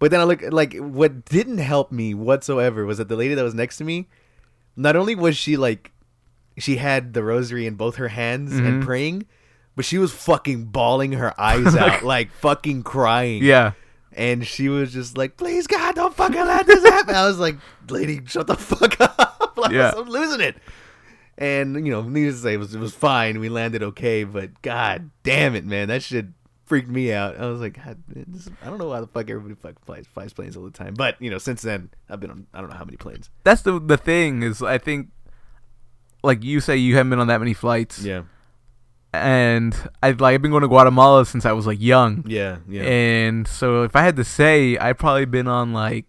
But then I look like what didn't help me whatsoever was that the lady that was next to me, not only was she like she had the rosary in both her hands and praying, but she was fucking bawling her eyes out, like fucking crying.
yeah.
And she was just like, please, God, don't fucking let this happen. I was like, lady, shut the fuck up. [laughs] Like,
Yeah.
I'm losing it. And, you know, needless to say, it was, it was fine. We landed okay, but God damn it, man. That shit freaked me out. I was like, God, man, this, I don't know why the fuck everybody fucking flies, flies planes all the time. But, you know, since then, I've been on, I don't know how many planes.
That's the the thing is, I think, like you say, you haven't been on that many flights.
Yeah.
And I like I've been going to Guatemala since I was like young.
Yeah. Yeah.
And so if I had to say, I've probably been on like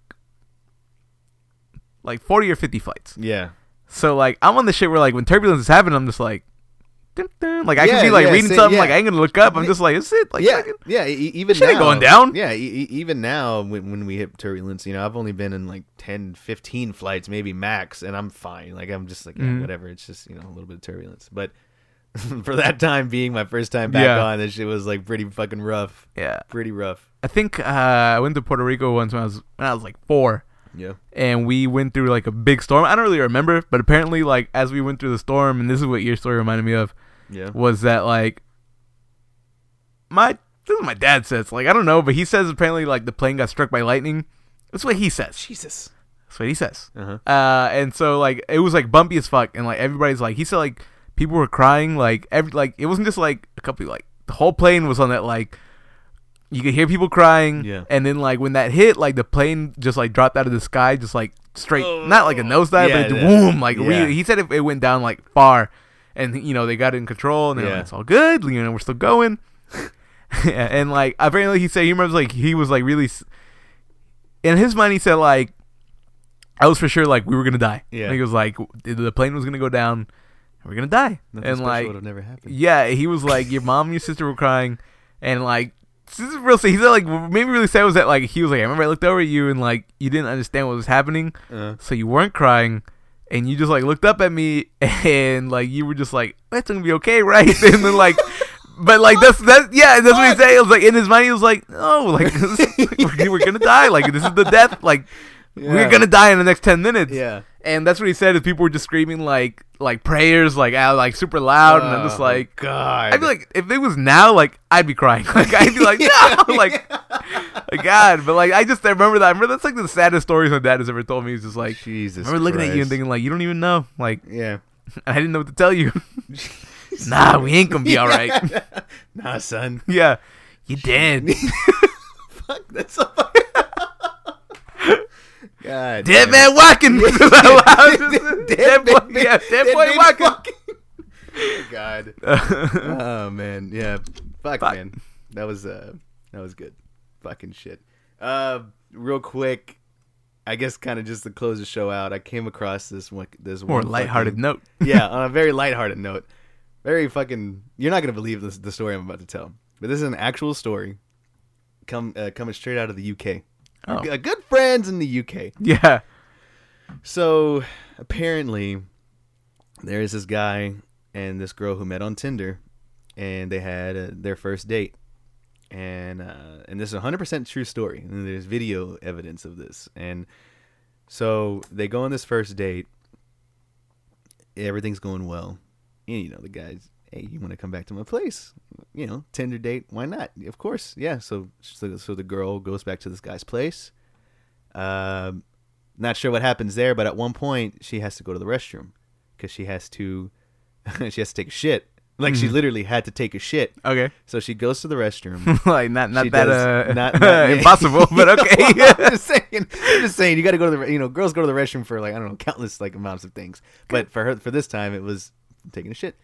like 40 or 50 flights.
yeah.
So like I'm on the shit where like when turbulence is happening, I'm just like, dun, dun. like I
Yeah,
can be like
yeah,
reading
same,
something,
yeah.
like I ain't gonna look up. I'm just like, is it like
yeah,
fucking-
yeah. E- e- even
Shit
now,
ain't going down.
Yeah, e- e- even now when, when we hit turbulence, you know, I've only been in like 10, 15 flights, maybe max, and I'm fine. Like I'm just like
Mm-hmm.
yeah, whatever. It's just you know a little bit of turbulence, but [laughs] for that time being my first time back
Yeah.
on, this shit was like pretty fucking rough.
yeah.
Pretty rough.
I think uh, I went to Puerto Rico once when I was when I was like four,
Yeah.
and we went through like a big storm. I don't really remember, but apparently, like as we went through the storm, and this is what your story reminded me of,
Yeah.
was that like my this is what my dad says like I don't know, but he says apparently like the plane got struck by lightning. That's what he says.
Jesus.
That's what he says.
Uh-huh.
Uh, and so like it was like bumpy as fuck, and like everybody's like he said like people were crying like every like it wasn't just like a couple like the whole plane was on that like you could hear people crying,
Yeah.
And then like when that hit, like the plane just like dropped out of the sky, just like straight,
Oh.
not like a nosedive,
Yeah,
but it,
yeah.
boom, like
Yeah.
re- he said it, it went down like far, and you know they got it in control, and they're
Yeah.
like it's all good, you know we're still going. [laughs] Yeah, and like apparently he said he remembers like he was like really s- in his mind he said like I was for sure like we were gonna die.
Yeah.
Like, it was like the- the plane was gonna go down, and we're gonna die.
Nothing
and
special
like
would have never happened.
yeah, he was like your mom and your sister were crying, and like this is real. sad. He said like what made me really sad was that like he was like I remember I looked over at you and like you didn't understand what was happening,
Uh,
so you weren't crying. And you just like looked up at me, [laughs] and like you were just like, "That's gonna be okay, right?" [laughs] And then like, but like that's that's yeah, that's what he said. It was like in his mind, he was like, "Oh, like [laughs] we're, we're gonna die. Like this is the death. Like
Yeah.
we're gonna die in the next ten minutes."
yeah.
And that's what he said. Is people were just screaming like like prayers, like out, like super loud, and I'm just
Oh,
like,
God.
I feel like if it was now, like I'd be crying. [laughs] Like I'd
[laughs]
be like, no, [laughs] like, like, God. But like I just I remember that. I remember that's like the saddest stories my dad has ever told me. Is just like I
Jesus.
remember looking at you and
Christ.
thinking like you don't even know. Like [laughs]
yeah.
I didn't know what to
[laughs]
tell you. nah, we ain't gonna be all right.
Nah, son.
[laughs] yeah,
[laughs]
you dead, [laughs]
Fuck, [laughs] that's so God.
dead
damn.
man [laughs] walking. [laughs]
[laughs]
dead,
Dead
boy,
man-
yeah, dead,
dead
boy
man
walking.
Oh, [laughs] God. Oh, man. Yeah. Fuck,
Fuck.
man. That was, uh, that was good. Fucking shit. Uh, real quick. I guess kind of just to close the show out, I came across this one. This
[laughs] More
one
lighthearted
fucking-
note. [laughs]
[laughs] yeah, on a very lighthearted note. Very fucking. You're not gonna believe this, the story I'm about to tell, but this is an actual story, come uh, coming straight out of the UK.
Oh.
G- uh, Good friends in the UK.
Yeah.
So apparently, there is this guy and this girl who met on Tinder, and they had uh, their first date, and uh, and this is a hundred percent true story. And there's video evidence of this, and so they go on this first date. Everything's going well, and you know the guys. Hey, you want to come back to my place? You know, Tinder date. Why not? Of course, yeah. So so, so the girl goes back to this guy's place. Um, not sure what happens there, but at one point she has to go to the restroom because she has to [laughs] she has to take a shit. Like
Mm-hmm.
she literally had to take a shit,
Okay. [laughs]
so she goes to the restroom.
like not [laughs] not
She
that
does-
uh, [laughs]
not- not- [laughs]
impossible, but
I'm
okay.
just saying. I'm just saying. You got to go to the you know girls go to the restroom for like I don't know countless like amounts of things, but for her for this time it was taking a shit,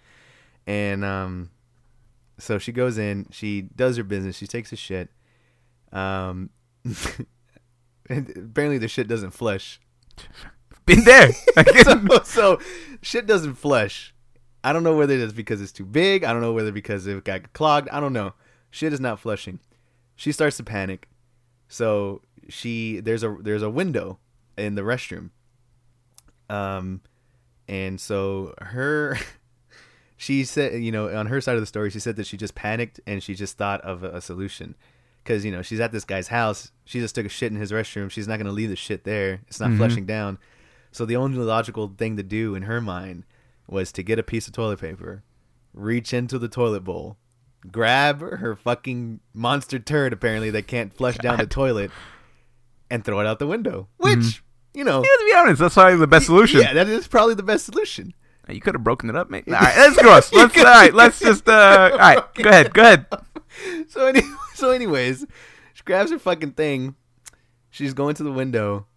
and um, so she goes in. She does her business. She takes a shit. Um, [laughs] and apparently the shit doesn't flush.
[laughs]
[laughs]
Been there. [laughs]
so, so shit doesn't flush. I don't know whether it's because it's too big. I don't know whether because it got clogged. I don't know. Shit is not flushing. She starts to panic. So she there's a there's a window in the restroom. Um and so her [laughs] she said you know on her side of the story she said that she just panicked and she just thought of a, a solution because you know she's at this guy's house she just took a shit in his restroom she's not going to leave the shit there it's not flushing down so the only logical thing to do in her mind was to get a piece of toilet paper reach into the toilet bowl grab her fucking monster turd apparently that can't flush down the toilet and throw it out the window which you know
Yeah, to be honest, that's probably the best solution.
yeah that is probably the best solution [laughs]
You could have broken it up, mate. All right, let's gross. Let's all right. Let's just uh. All right, go ahead. Go ahead.
so any, [laughs] so anyways, she grabs her fucking thing. She's going to the window,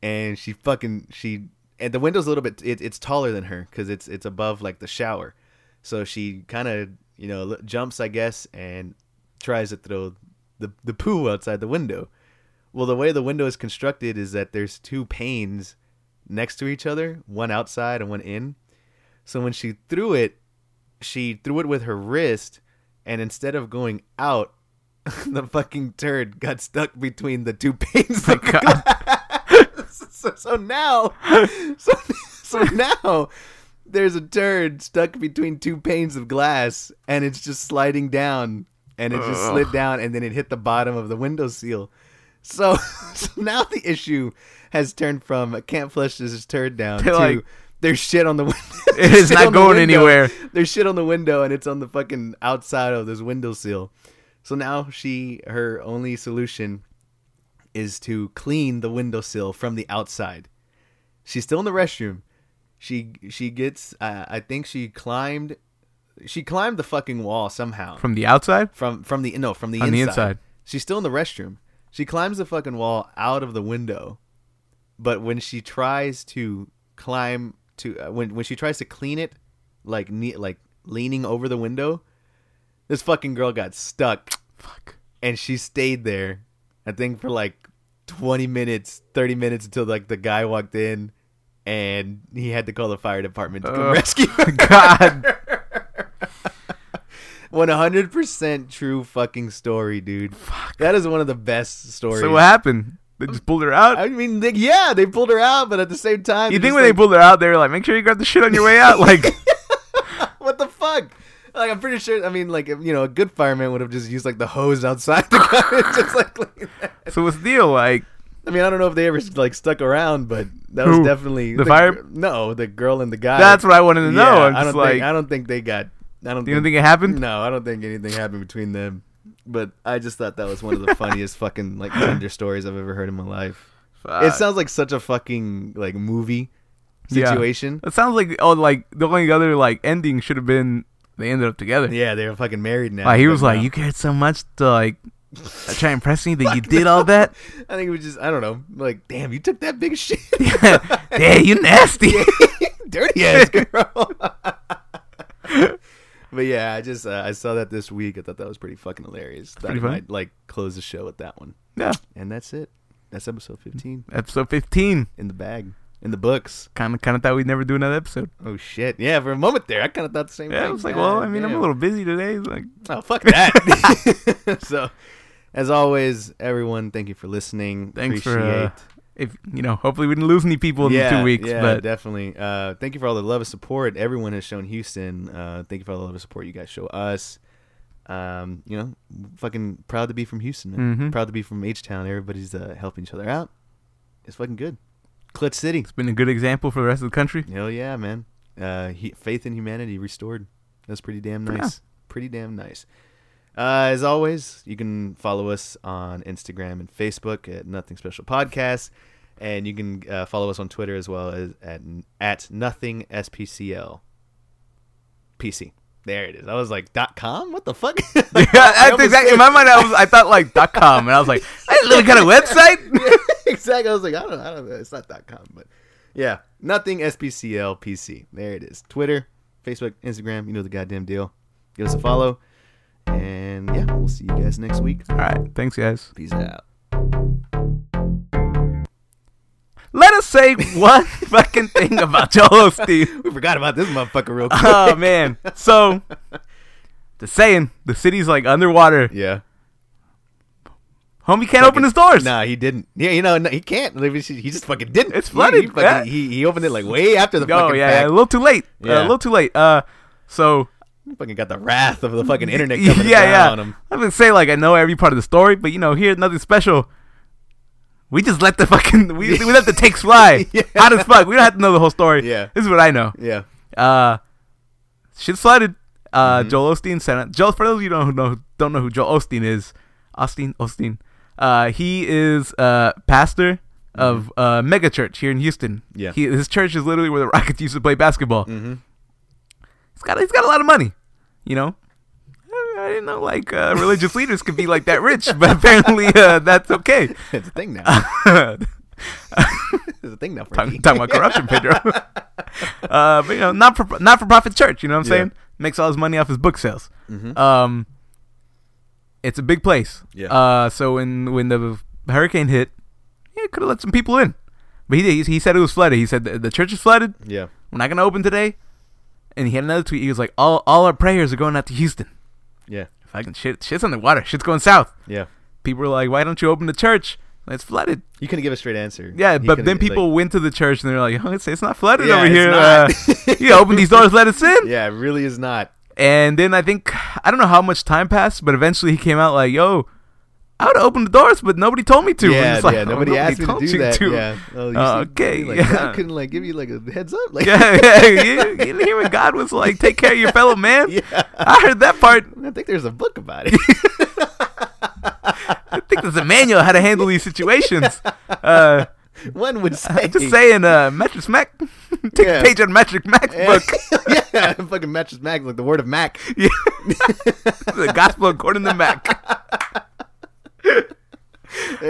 and she fucking she and the window's a little bit it, it's taller than her because it's it's above like the shower, so she kind of you know l- jumps I guess and tries to throw the the poo outside the window. Well, the way the window is constructed is that there's two panes next to each other, one outside and one in. So when she threw it, she threw it with her wrist, and instead of going out, [laughs] the fucking turd got stuck between the two [laughs] panes. of
God.
glass. so, so now, so, so now, there's a turd stuck between two panes of glass, and it's just sliding down, and it just
Ugh.
slid down, and then it hit the bottom of the window seal. So, [laughs] so now the issue has turned from I can't flush this turd down
They're
to
like-
there's shit on the window. [laughs]
It is not going anywhere.
There's shit on the window and it's on the fucking outside of this windowsill. So now she her only solution is to clean the windowsill from the outside. She's still in the restroom. She she gets uh, I think she climbed she climbed the fucking wall somehow
From the outside?
from from the no from the
On
inside.
the inside.
She's still in the restroom. She climbs the fucking wall out of the window, but when she tries to climb to uh, when when she tries to clean it, like ne- like leaning over the window, this fucking girl got stuck
Fuck.
and she stayed there. I think for like twenty minutes, thirty minutes until like the guy walked in and he had to call the fire department to come
Ugh.
rescue her.
[laughs] God.
One hundred percent true fucking story, dude. That is one of the best stories.
so what happened? They just pulled her out?
I mean, they, yeah, they pulled her out, but at the same time,
you
it's
think
just
when
like,
they pulled her out, they were like, make sure you grab the shit on your
[laughs]
way out? Like,
what the fuck? Like, I'm pretty sure. I mean, like, if, you know, a good fireman would have just used like the hose outside the car, just like. [laughs] clean that.
so what's the deal? Like,
I mean, I don't know if they ever like stuck around, but that was
Who?
definitely
The fire-
gir- No, the girl and the guy.
that's what I wanted to
Yeah,
know. I'm
I
just
don't
like,
think. I don't think they got. I don't.
you don't think it happened?
No, I don't think anything happened between them. But I just thought that was one of the funniest fucking like
[laughs]
Tinder stories I've ever heard in my life.
Fuck.
it sounds like such a fucking like movie
Yeah.
situation.
It sounds like oh, like the only other like ending should have been they ended up together.
Yeah, they're fucking married now.
Like he
but
was like,
no.
you cared so much
[laughs]
to like try and impress me that you did all that. [laughs]
I think it was just I don't know. Like, damn, you took that big shit.
[laughs]
[laughs]
yeah, you nasty.
Dirty ass girl. [laughs] but yeah, I just uh, I saw that this week. I thought that was pretty fucking hilarious. Thought
pretty
I
funny.
might like close the show with that one.
[laughs] yeah,
And that's it. That's episode 15
episode fifteen.
in the bag. In the books.
Kind of, kind of thought we'd never do another episode.
Oh shit! Yeah, for a moment there, I kind of thought the same
Yeah,
thing.
I was like, well,
God
I mean, I'm
damn.
a little busy today. Like,
Oh, fuck
[laughs]
that. [laughs] so, as always, everyone, thank you for listening.
Thanks for,
Appreciate.
uh, if you know, hopefully we didn't lose any people in
yeah,
the two weeks.
yeah,
but
definitely. Uh, thank you for all the love and support everyone has shown Houston. Uh, thank you for all the love and support you guys show us. Um, you know, fucking proud to be from Houston, man.
Mhm.
Proud to be from H Town. Everybody's uh, helping each other out. It's fucking good. Clutch City.
it's been a good example for the rest of the country.
Hell yeah, man. Uh, he, faith in humanity restored. That's pretty damn
Yeah.
nice. Pretty damn nice. Uh, as always, you can follow us on Instagram and Facebook at Nothing Special Podcast, and you can uh, follow us on Twitter as well as at at Nothing SPCL PC. There it is. I was like dot com. What the fuck? [laughs]
[laughs] yeah, that's exactly. In my mind, I was, I thought like dot com, and I was like, I didn't look at a website.
[laughs] Yeah, exactly. I was like, I don't, I don't know. It's not dot com, but yeah, nothing. SPCL PC. There it is. Twitter, Facebook, Instagram. You know the goddamn deal. Give us a follow, and yeah, we'll see you guys next week.
[laughs] All right, thanks, guys.
Peace out.
Let us say one [laughs] fucking thing about [laughs] Joel Osteen.
We forgot about this motherfucker real quick.
[laughs] Oh man. So the saying, the city's like underwater.
yeah.
Homie can't open his doors.
Nah, he didn't. Yeah, you know, no, he can't. Like, He he just fucking didn't.
It's
He-
flooded,
He,
yeah.
fucking, he, he opened it like way after the
oh
fucking
yeah,
fact.
a little too late. Uh,
Yeah.
a little too late. Uh, so
He fucking got the wrath of the fucking internet
[laughs] yeah,
coming down
yeah.
on him.
I've been saying like I know every part of the story, but you know here nothing special. We just let the fucking we, we let the takes fly.
[laughs] Yeah.
Hot as fuck. We don't have to know the whole story.
Yeah.
this is what I know.
Yeah.
Uh, shit slided. Uh, Joel Osteen sent out. Joel, for those of you don't know don't know who Joel Osteen is, Osteen Osteen. Uh, he is uh pastor of uh mega church here in Houston.
Yeah.
he, his church is literally where the [laughs] Rockets used to play basketball.
Mhm.
He's got he's got a lot of money, you know. I- I didn't know like uh, religious leaders could be like that rich, but apparently uh, that's okay.
[laughs]
[laughs]
It's a thing now.
talking,
It's a thing now. For
talking about corruption,
[laughs]
Pedro. uh, but you know, not for not for profit church. You know what I'm
Yeah.
saying? Makes all his money off his book sales.
hmm
Um, it's a big place.
Yeah.
Uh, so when when the hurricane hit, yeah, could have let some people in, but he he said it was flooded. He said the, the church is flooded.
Yeah.
We're not gonna open today. And he had another tweet. He was like, "All all our prayers are going out to Houston.
Yeah.
Fucking shit, shit's underwater. Shit's going south."
Yeah.
People were like, "Why don't you open the church? It's flooded."
You couldn't give a straight answer.
Yeah,
He
but
couldn't
then
get, like-
people went to the church and they're like, "Oh, it's, it's not flooded
Yeah,
over
it's
here. Uh,
not. [laughs]
you open these doors, let us in."
yeah, it really is not.
And then I think I don't know how much time passed, but eventually he came out like, "Yo, I would open the doors, but nobody told me to." [laughs] And
yeah,
it's like,
yeah.
"Oh,
Nobody asked me to
told
do
you
that.
to."
Yeah. Oh, you
Uh,
see,
okay,
Like, [laughs]
yeah.
I couldn't like give you like a heads up. Like, [laughs]
[laughs] yeah, yeah, you, you hear what God was like, "Take care of your fellow
[laughs]
man."
Yeah.
I heard that part. [laughs]
I think there's a book about it.
I think there's a manual how to handle
[laughs]
these situations. Uh,
[laughs] One would say. [laughs]
just saying, uh, Metric Mac, [laughs] take
Yeah.
a page out of Metric Mac
Yeah.
book,
[laughs]
[laughs]
yeah, fucking matches Mac like the word of Mac.
Yeah. the Gospel according to Mac.
There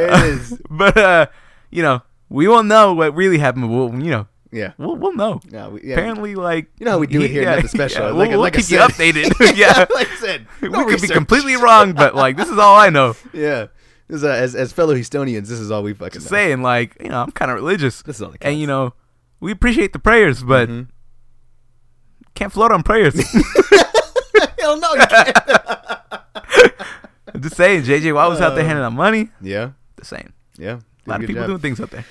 it is.
[laughs] But uh, you know, we won't know what really happened. But we'll, you know,
Yeah.
we'll we'll know.
Yeah, we, yeah.
Apparently, like
You know how we do it
he-
here
[laughs] yeah,
in the special.
yeah,
like,
we'll,
like
we'll
I
keep you
said- [laughs]
updated. [laughs] yeah,
like I said, no
we could be
research.
completely wrong, but like this is all I
[laughs]
know.
Yeah. This is, uh, as as fellow Houstonians, this is all we fucking know.
Saying like, you know, I'm kind of religious,
This is all Mm-hmm. that
and you know, we appreciate the prayers, but can't float
[laughs]
on prayers.
Hell no,
[laughs]
you can't.
I'm just saying, JJ Watt was out
Uh,
there handing out money.
yeah,
The same.
yeah.
A lot of people doing things out there.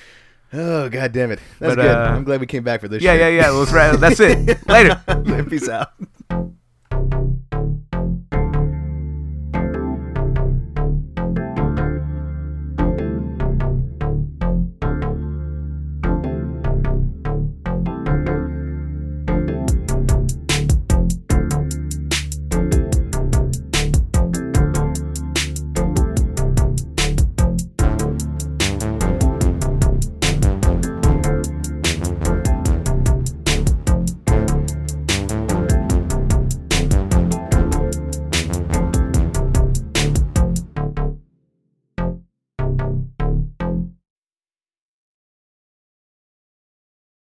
Oh god damn it! That's
But,
good.
uh,
I'm glad we came back for this.
Yeah, yeah,
shit. [laughs]
yeah. Let's wrap. That's it. Later.
Peace out.